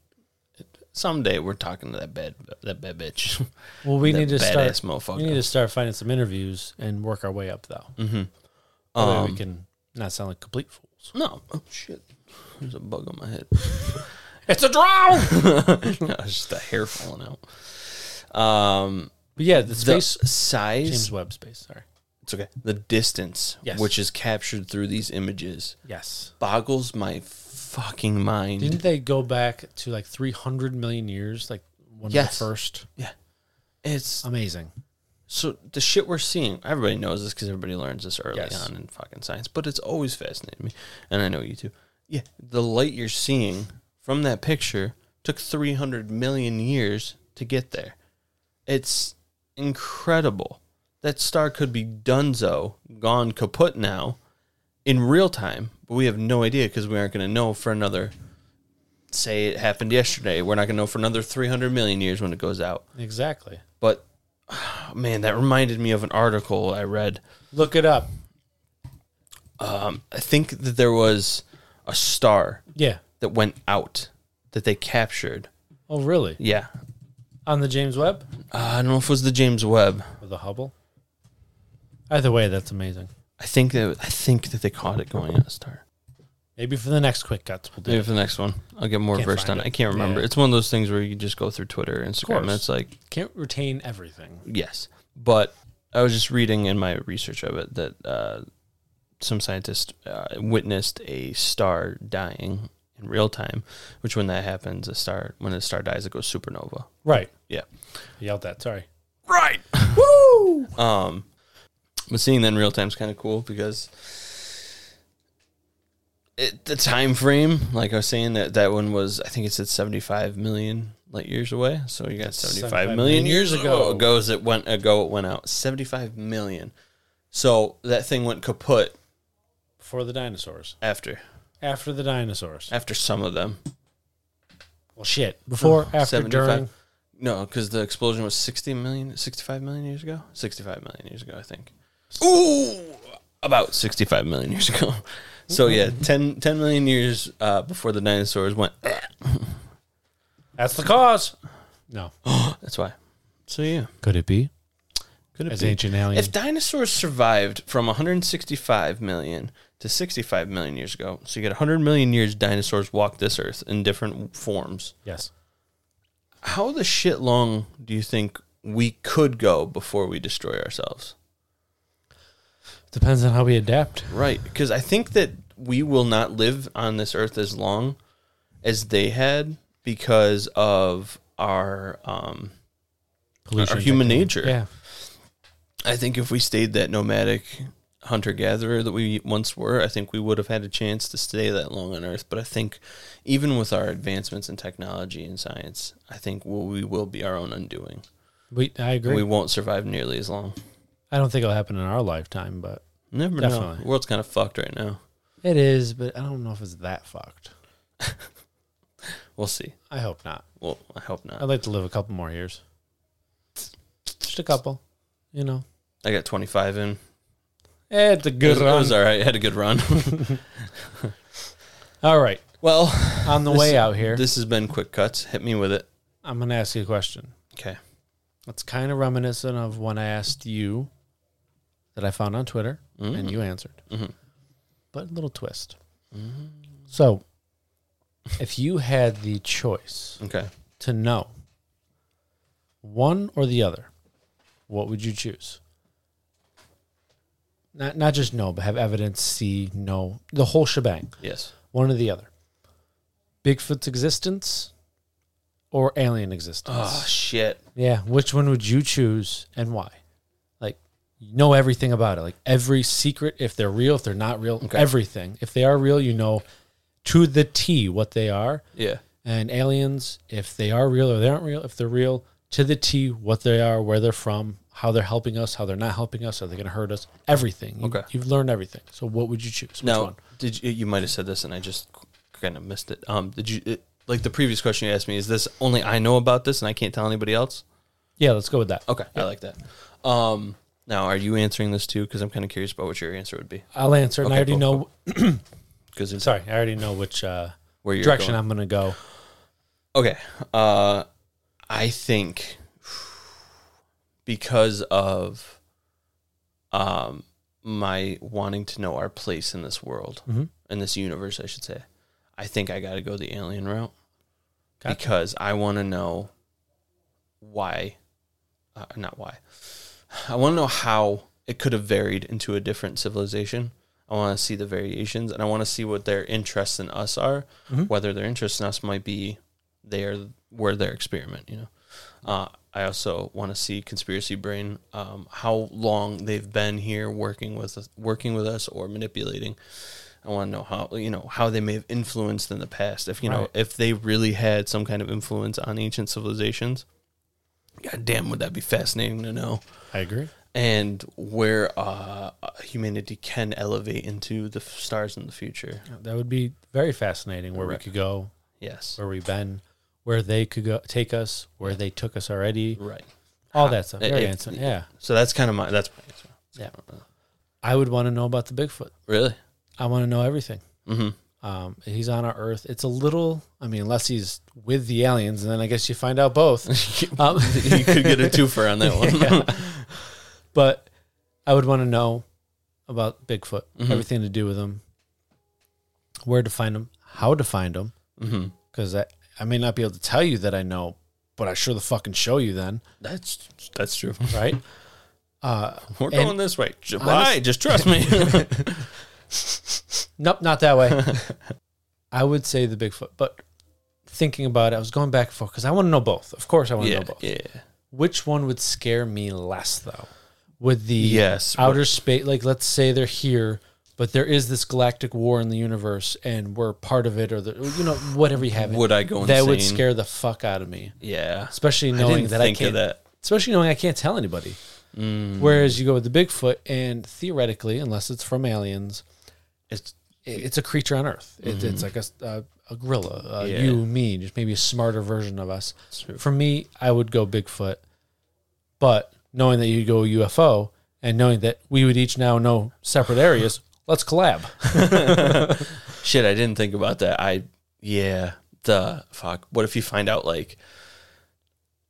Someday we're talking to that bad that bad bitch.
Well, we
That
need to start.
badass motherfucker.
We need to start finding some interviews and work our way up though. That way we can not sound like complete fools.
no, oh shit. There's a bug on my head.
It's a drown.
no, it's just a hair falling out. Um,
But yeah, the
the
space
size,
James Webb space. Sorry.
it's okay. The distance,
Yes.
which is captured through these images,
Yes.
boggles my fucking mind.
Didn't they go back to like 300 million years? Like one
Yes.
of the first.
it's
Amazing.
so the shit we're seeing. Everybody knows this because everybody learns this early
Yes.
on in fucking science, but it's always fascinated me, and I know you too. Yeah, the light you're seeing from that picture took 300 million years to get there. It's incredible. That star could be dunzo, gone kaput now, in real time, but we have no idea because we aren't going to know for another. Say it happened yesterday. We're not going to know for another 300 million years when it goes out.
Exactly.
But man, that reminded me of an article I read.
Look it up.
I think that there was a star
Yeah.
that went out that they captured.
Oh, really?
Yeah.
On the James Webb
Uh, I don't know if it was the James Webb.
or the Hubble? Either way, that's amazing.
I think that I think that they caught it going out a star.
Maybe for the next quick cuts, we'll do.
Maybe
it.
for the next one, I'll get more
Can't
versed on
find
it.
it.
I can't remember.
Yeah.
It's one of those things where you just go through Twitter, Instagram, and
course.
it's like
Can't retain everything.
Yes, but I was just reading in my research of it that uh, some scientists uh, witnessed a star dying in real time. Which, when that happens, a star when a star dies, it goes supernova.
Right.
Yeah,
I yelled that. Sorry.
right. Um, but seeing that in real time is kind of cool because it, the time frame, like I was saying, that that one was I think it said seventy five million light years away. So you got seventy five million years ago. Ago as it went ago it went out seventy five million. So that thing went kaput
for the dinosaurs.
after
After the dinosaurs.
after some of them.
Well, shit. Before, after,
75
during.
No, because the explosion was 60 million, 65 million years ago? 65 million years ago, I think. Ooh! About 65 million years ago. So, yeah, 10, 10 million years uh, before the dinosaurs went.
That's the cause. No.
That's why. So, yeah.
Could it be?
Could it
As
be?
ancient alien.
If dinosaurs survived from 165 million to 65 million years ago, so you get 100 million years dinosaurs walked this earth in different forms.
yes.
How the shit long do you think we could go before we destroy ourselves?
Depends on how we adapt.
Right, because I think that we will not live on this earth as long as they had because of our um, our human nature.
Yeah.
I think if we stayed that nomadic hunter gatherer that we once were, I think we would have had a chance to stay that long on Earth. But I think even with our advancements in technology and science, I think we'll, we will be our own undoing.
We, I agree.
We won't survive nearly as long.
I don't think it'll happen in our lifetime, but
Never know.
Definitely.
The world's kind of fucked right now.
it is. But I don't know if it's that fucked.
We'll see.
I hope not.
Well, I hope not.
I'd like to live a couple more years. Just a couple, you know.
I got 25 in.
Eh, It's a
It
good
was, it was all right. I had a good run.
All right.
well,
On the
This-
way out here,
this has been quick cuts. Hit me with it.
I'm going to ask you a question.
Okay.
It's kind of reminiscent of when I asked you that I found on Twitter and you answered,
Mhm.
but a little twist. So, if you had the choice
Okay.
to know one or the other, what would you choose? Not not just know, but have evidence, see, know, the whole shebang.
Yes.
One or the other. Bigfoot's existence or alien existence?
Oh shit.
Yeah, which one would you choose and why? Like, you know everything about it. Like every secret, if they're real, if they're not real, everything. If they are real, you know to the T what they are.
Yeah.
And aliens, if they are real or they aren't real, if they're real, to the T what they are, where they're from, how they're helping us, how they're not helping us, are they going to hurt us? Everything. You,
Okay.
You've learned everything. So what would you choose? Which
Now,
one?
did you, you might have said this and I just kind of missed it. Um, did you it, like the previous question you asked me? Is this only I know about this and I can't tell anybody else?
Yeah, let's go with that.
Okay, I like that. Um, now are you answering this too? Because I'm kind of curious about what your answer would be.
I'll answer, and I
Okay,
already
cool,
know.
Because it's
Sorry, I already know which uh,
where you're
direction
going.
I'm going to go.
Okay. Uh, I think because of um, my wanting to know our place in this world, in this universe, I should say, I think I got to go the alien route
Gotcha.
because I want to know why, uh, not why. I want to know how it could have varied into a different civilization. I want to see the variations and I want to see what their interests in us are, whether their interests in us might be their were their experiment. You know, uh, I also want to see Conspiracy Brain um, how long they've been here working with us, working with us or manipulating. I want to know how you know how they may have influenced in the past. If you know
Right.
if they really had some kind of influence on ancient civilizations. God damn, would that be fascinating to know?
I agree.
And where uh, humanity can elevate into the f- stars in the future.
That would be very fascinating where
Right.
we could go,
Yes.
where we've been, where they could go take us, where they took us already,
Right.
all that stuff.
It-
Very
it-
answer. Yeah.
So that's kind of my that's my answer.
Yeah. I would want to know about the Bigfoot.
Really?
I want to know everything.
Mm-hmm.
Um, he's on our earth. It's a little, I mean, unless he's with the aliens, and then I guess you find out both. um,
you could get a twofer on that one.
but I would want to know about Bigfoot,
Mm-hmm.
everything to do with him, where to find him, how to find him.
Mm-hmm.
because I, I may not be able to tell you that I know, but I sure the fucking show you then,
That's that's true.
right? Uh,
We're
And-
going this way. J- Why? Just trust me.
nope, not that way. I would say the Bigfoot, but thinking about it, I was going back and forth because I want to know both. Of course, I want to
yeah,
know both.
yeah.
Which one would scare me less, though? with the
Yes,
outer space. Like, let's say they're here, but there is this galactic war in the universe, and we're part of it, or the, you know, whatever you have. it.
Would I go
That would
insane?
scare the fuck out of me,
Yeah.
especially
I
knowing
didn't
that
think
I can't.
of that.
Especially knowing I can't tell anybody.
Mm.
Whereas you go with the Bigfoot, and theoretically, unless it's from aliens,
It's Mm-hmm.
it- it's a creature on Earth. It, It's like a, s- a, a gorilla. Uh,
Yeah.
You, me, just maybe a smarter version of us. For me, I would go Bigfoot, but knowing that you go UFO and knowing that we would each now know separate areas, let's collab.
Shit, I didn't think about that. I yeah, the fuck. What if you find out like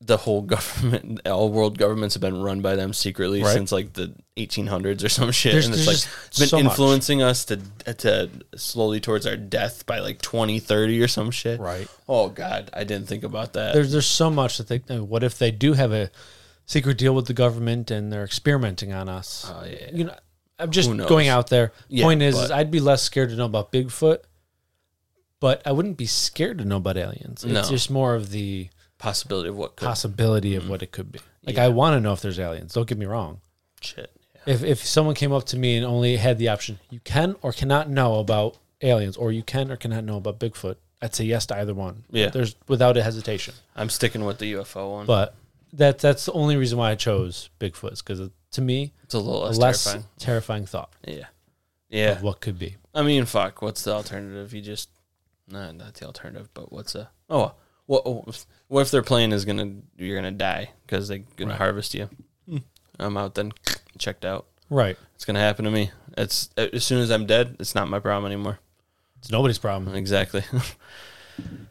the whole government, all world governments have been run by them secretly
Right.
since like the 1800s or some shit,
There's-
and it's
there's
like
just
it's been
so much.
influencing us to to slowly towards our death by like 2030 or some shit.
Right.
Oh god, I didn't think about that.
There's there's so much that they. uh, What if they do have a secret deal with the government and they're experimenting on us?
Oh, yeah.
You know, I'm just
Who knows?
going out there.
Yeah,
Point is, is
but-
I'd be less scared to know about Bigfoot, but I wouldn't be scared to know about aliens.
No.
It's just more of the
possibility of what could
possibility of what it could be. Like I want to know if there's aliens. Don't get me wrong.
shit.
If if someone came up to me and only had the option, you can or cannot know about aliens, or you can or cannot know about Bigfoot, I'd say yes to either one.
Yeah.
there's without a hesitation.
I'm sticking with the UFO one.
But that that's the only reason why I chose Bigfoot is because to me,
it's a little
a
less,
less terrifying,
terrifying.
thought
Yeah. Yeah.
of what could be.
I mean, fuck. What's the alternative? You just no, not the alternative, but what's a oh, what what if their plane is gonna you're gonna die because they're gonna harvest you?
Hmm.
I'm out then, checked out.
Right.
It's gonna happen to me. It's as soon as I'm dead, it's not my problem anymore.
It's nobody's problem.
Exactly.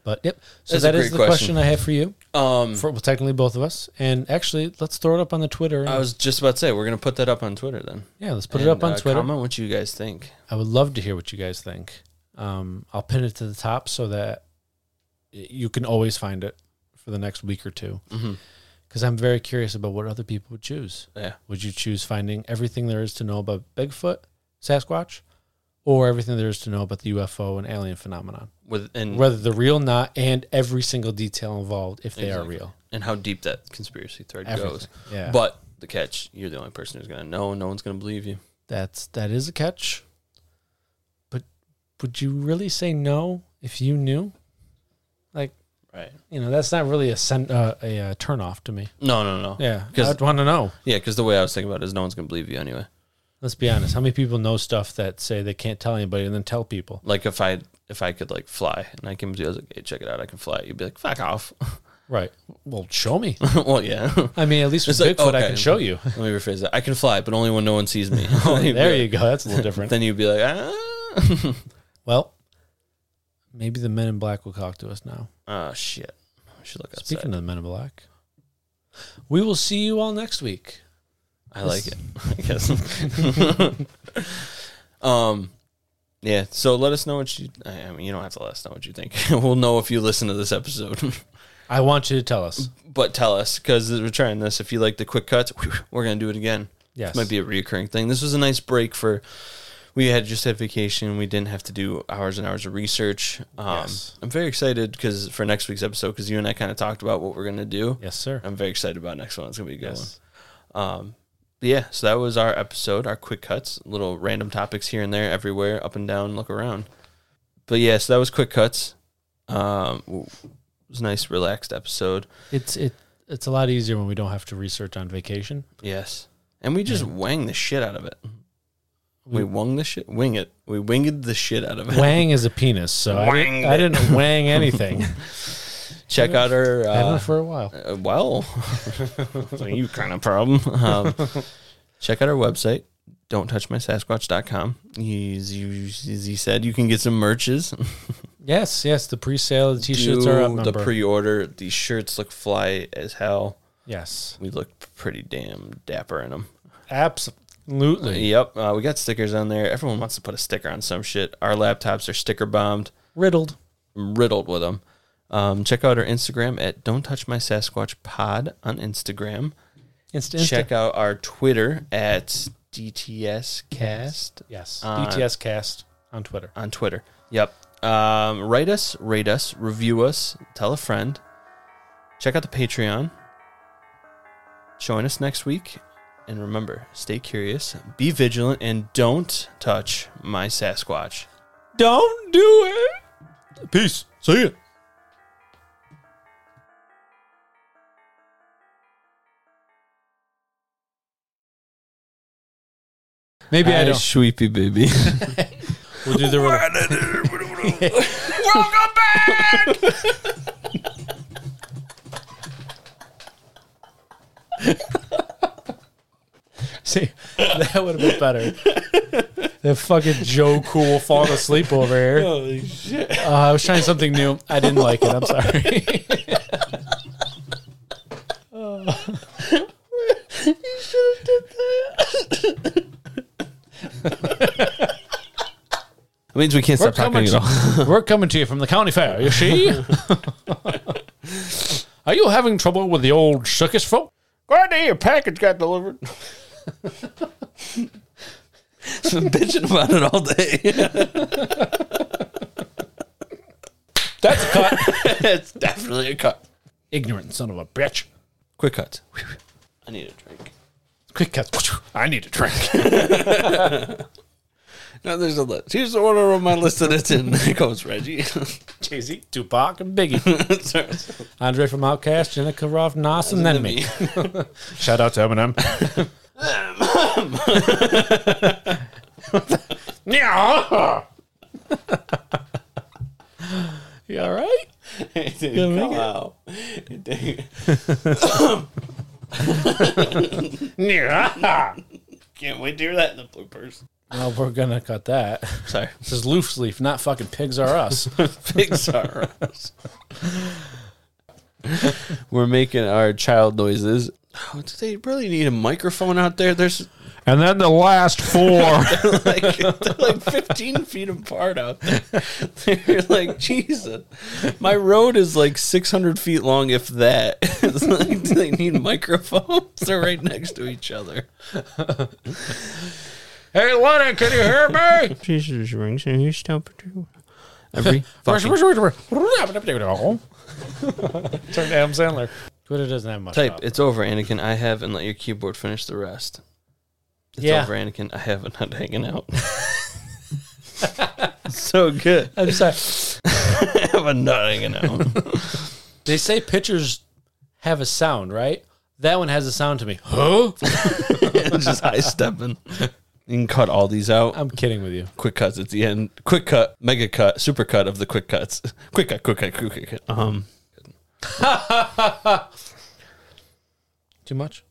But yep. So
That's a
that is
great
the
question.
question. I have for you.
um,
For well, technically both of us. And actually, let's throw it up on the Twitter.
I was just about to say we're gonna put that up on Twitter then.
yeah, let's put it
And,
up on
uh,
Twitter.
Comment what you guys think.
I would love to hear what you guys think. Um, I'll pin it to the top so that y- you can always find it for the next week or two.
Mhm.
Because I'm very curious about what other people would choose.
Yeah.
Would you choose finding everything there is to know about Bigfoot, Sasquatch, or everything there is to know about the UFO and alien phenomenon,
With and
whether they're real or not, and every single detail involved if they
Exactly.
are real?
and how deep that conspiracy thread
Everything.
goes.
Yeah.
But the catch, you're the only person who's gonna know. No one's gonna believe you.
That's that is a catch. But would you really say no if you knew? Like
Right.
you know, that's not really a sen- uh, a uh, turnoff to me.
No, no, no.
Yeah,
'Cause-
I'd want to know.
Yeah, because the way I was thinking about it is no one's gonna believe you anyway.
Let's be honest. How many people know stuff that say they can't tell anybody and then tell people?
Like if I if I could like fly and I came to you, I was like, hey, check it out, I can fly. You'd be like, fuck off.
Right. Well, show me.
well, yeah.
I mean, at least with
It's like,
Bigfoot,
okay.
I can show you.
Let me rephrase that. I can fly, but only when no one sees me. You'd be
Oh, There
like-
you go. That's a little different.
Then you'd be like, ah.
well, maybe the Men in Black will talk to us now.
oh shit. I should look outside.
Speaking of the Men in Black, we will see you all next week.
I like it. I guess. um, yeah. So let us know what you. I I mean, you don't have to let us know what you think. we'll know if you listen to this episode.
I want you to tell us.
but tell us because we're trying this. If you like the quick cuts, we're gonna do it again.
Yes.
This might be a reoccurring thing. This was a nice break for we had just had vacation. We didn't have to do hours and hours of research. Um,
Yes.
I'm very excited because for next week's episode, because you and I kind of talked about what we're gonna do.
Yes, sir.
I'm very excited about next one. It's gonna be a good
Yes.
one. Um, but yeah, so that was our episode, our quick cuts, little random topics here and there, everywhere, up and down, look around. But yeah, so that was quick cuts. Um, it was a nice, relaxed episode.
It's it. It's a lot easier when we don't have to research on vacation.
Yes. And we just wang the shit out of it. We, wung the shit, wing it. We winged the shit out of it.
Wang is a penis, so I didn't, I didn't wang anything.
Check out our
I don't know
uh,
for a while.
uh, well, it's a you kind of problem. Um, check out our website, don'ttouchmysasquatch.com. He's, he's, as he said, you can get some merches.
Yes, yes. The pre-sale, the t-shirts are up.
Do
Number.
the pre-order. These shirts look fly as hell.
yes,
We look pretty damn dapper in them.
absolutely.
Yep, uh, we got stickers on there. Everyone wants to put a sticker on some shit. Our laptops are sticker bombed.
Riddled.
riddled with them. Um, check out our Instagram at Don't Touch My Sasquatch Pod on Instagram.
Instant.
Check out our Twitter at DTS Cast
Yes.
on-
DTS cast on Twitter.
on Twitter. Yep. Um, write us, rate us, review us, tell a friend. Check out the Patreon. Join us next week. And remember, stay curious, be vigilant, and don't touch my Sasquatch.
Don't do it. Peace. See ya. Maybe I
Aye,
don't.
Sweepy baby.
We'll do the re- See, that would have been better. that fucking Joe Cool falling asleep over here. Holy shit. Uh, I was trying something new. I didn't like it. I'm sorry.
That means we can't
We're
stop talking
coming,
at all.
to, we're coming to you from the county fair, you see? Are you having trouble with the old circus folk?
Glad to hear your package got delivered.
Been bitching about it all day.
That's a cut.
it's definitely a cut.
Ignorant son of a bitch.
Quick cut. I need a drink.
Quick cut. I need a drink.
No, there's a list. Here's the order on my list that it's in. It goes Reggie.
Jay-Z, Tupac, and Biggie.
Sorry.
Andre from Outkast, Jenica Roth, Nas, and then me. Shout out to Eminem. yeah. you all right?
It didn't come out. It didn't-
Yeah.
Can't wait to hear that in the bloopers.
Well, we're going to cut that.
Sorry.
This is Loose Leaf, not fucking Pigs Are Us.
Pixar. We're making our child noises. Oh, do they really need a microphone out there? There's
and then the last four.
like they're like 15 feet apart out there. They're like Jesus. My road is like 600 feet long, if that. It's like, do they need microphones? They're right next to each other.
hey, Lana, can you hear me?
Jesus rings in his temperature. Every fucking
Turn to Adam Sandler. Twitter doesn't have much.
type.
up.
It's over, Anakin. I have, and let your keyboard finish the rest. It's
Yeah.
over, Anakin. I have, and not hanging out. so good.
I'm sorry.
I have, and not hanging out.
They say pictures have a sound, right? That one has a sound to me. Huh?
just high stepping. You can cut all these out.
I'm kidding with you.
quick cuts at the end. Quick cut, mega cut, super cut of the quick cuts. quick cut, quick cut, quick cut. quick cut. Um,
Too much?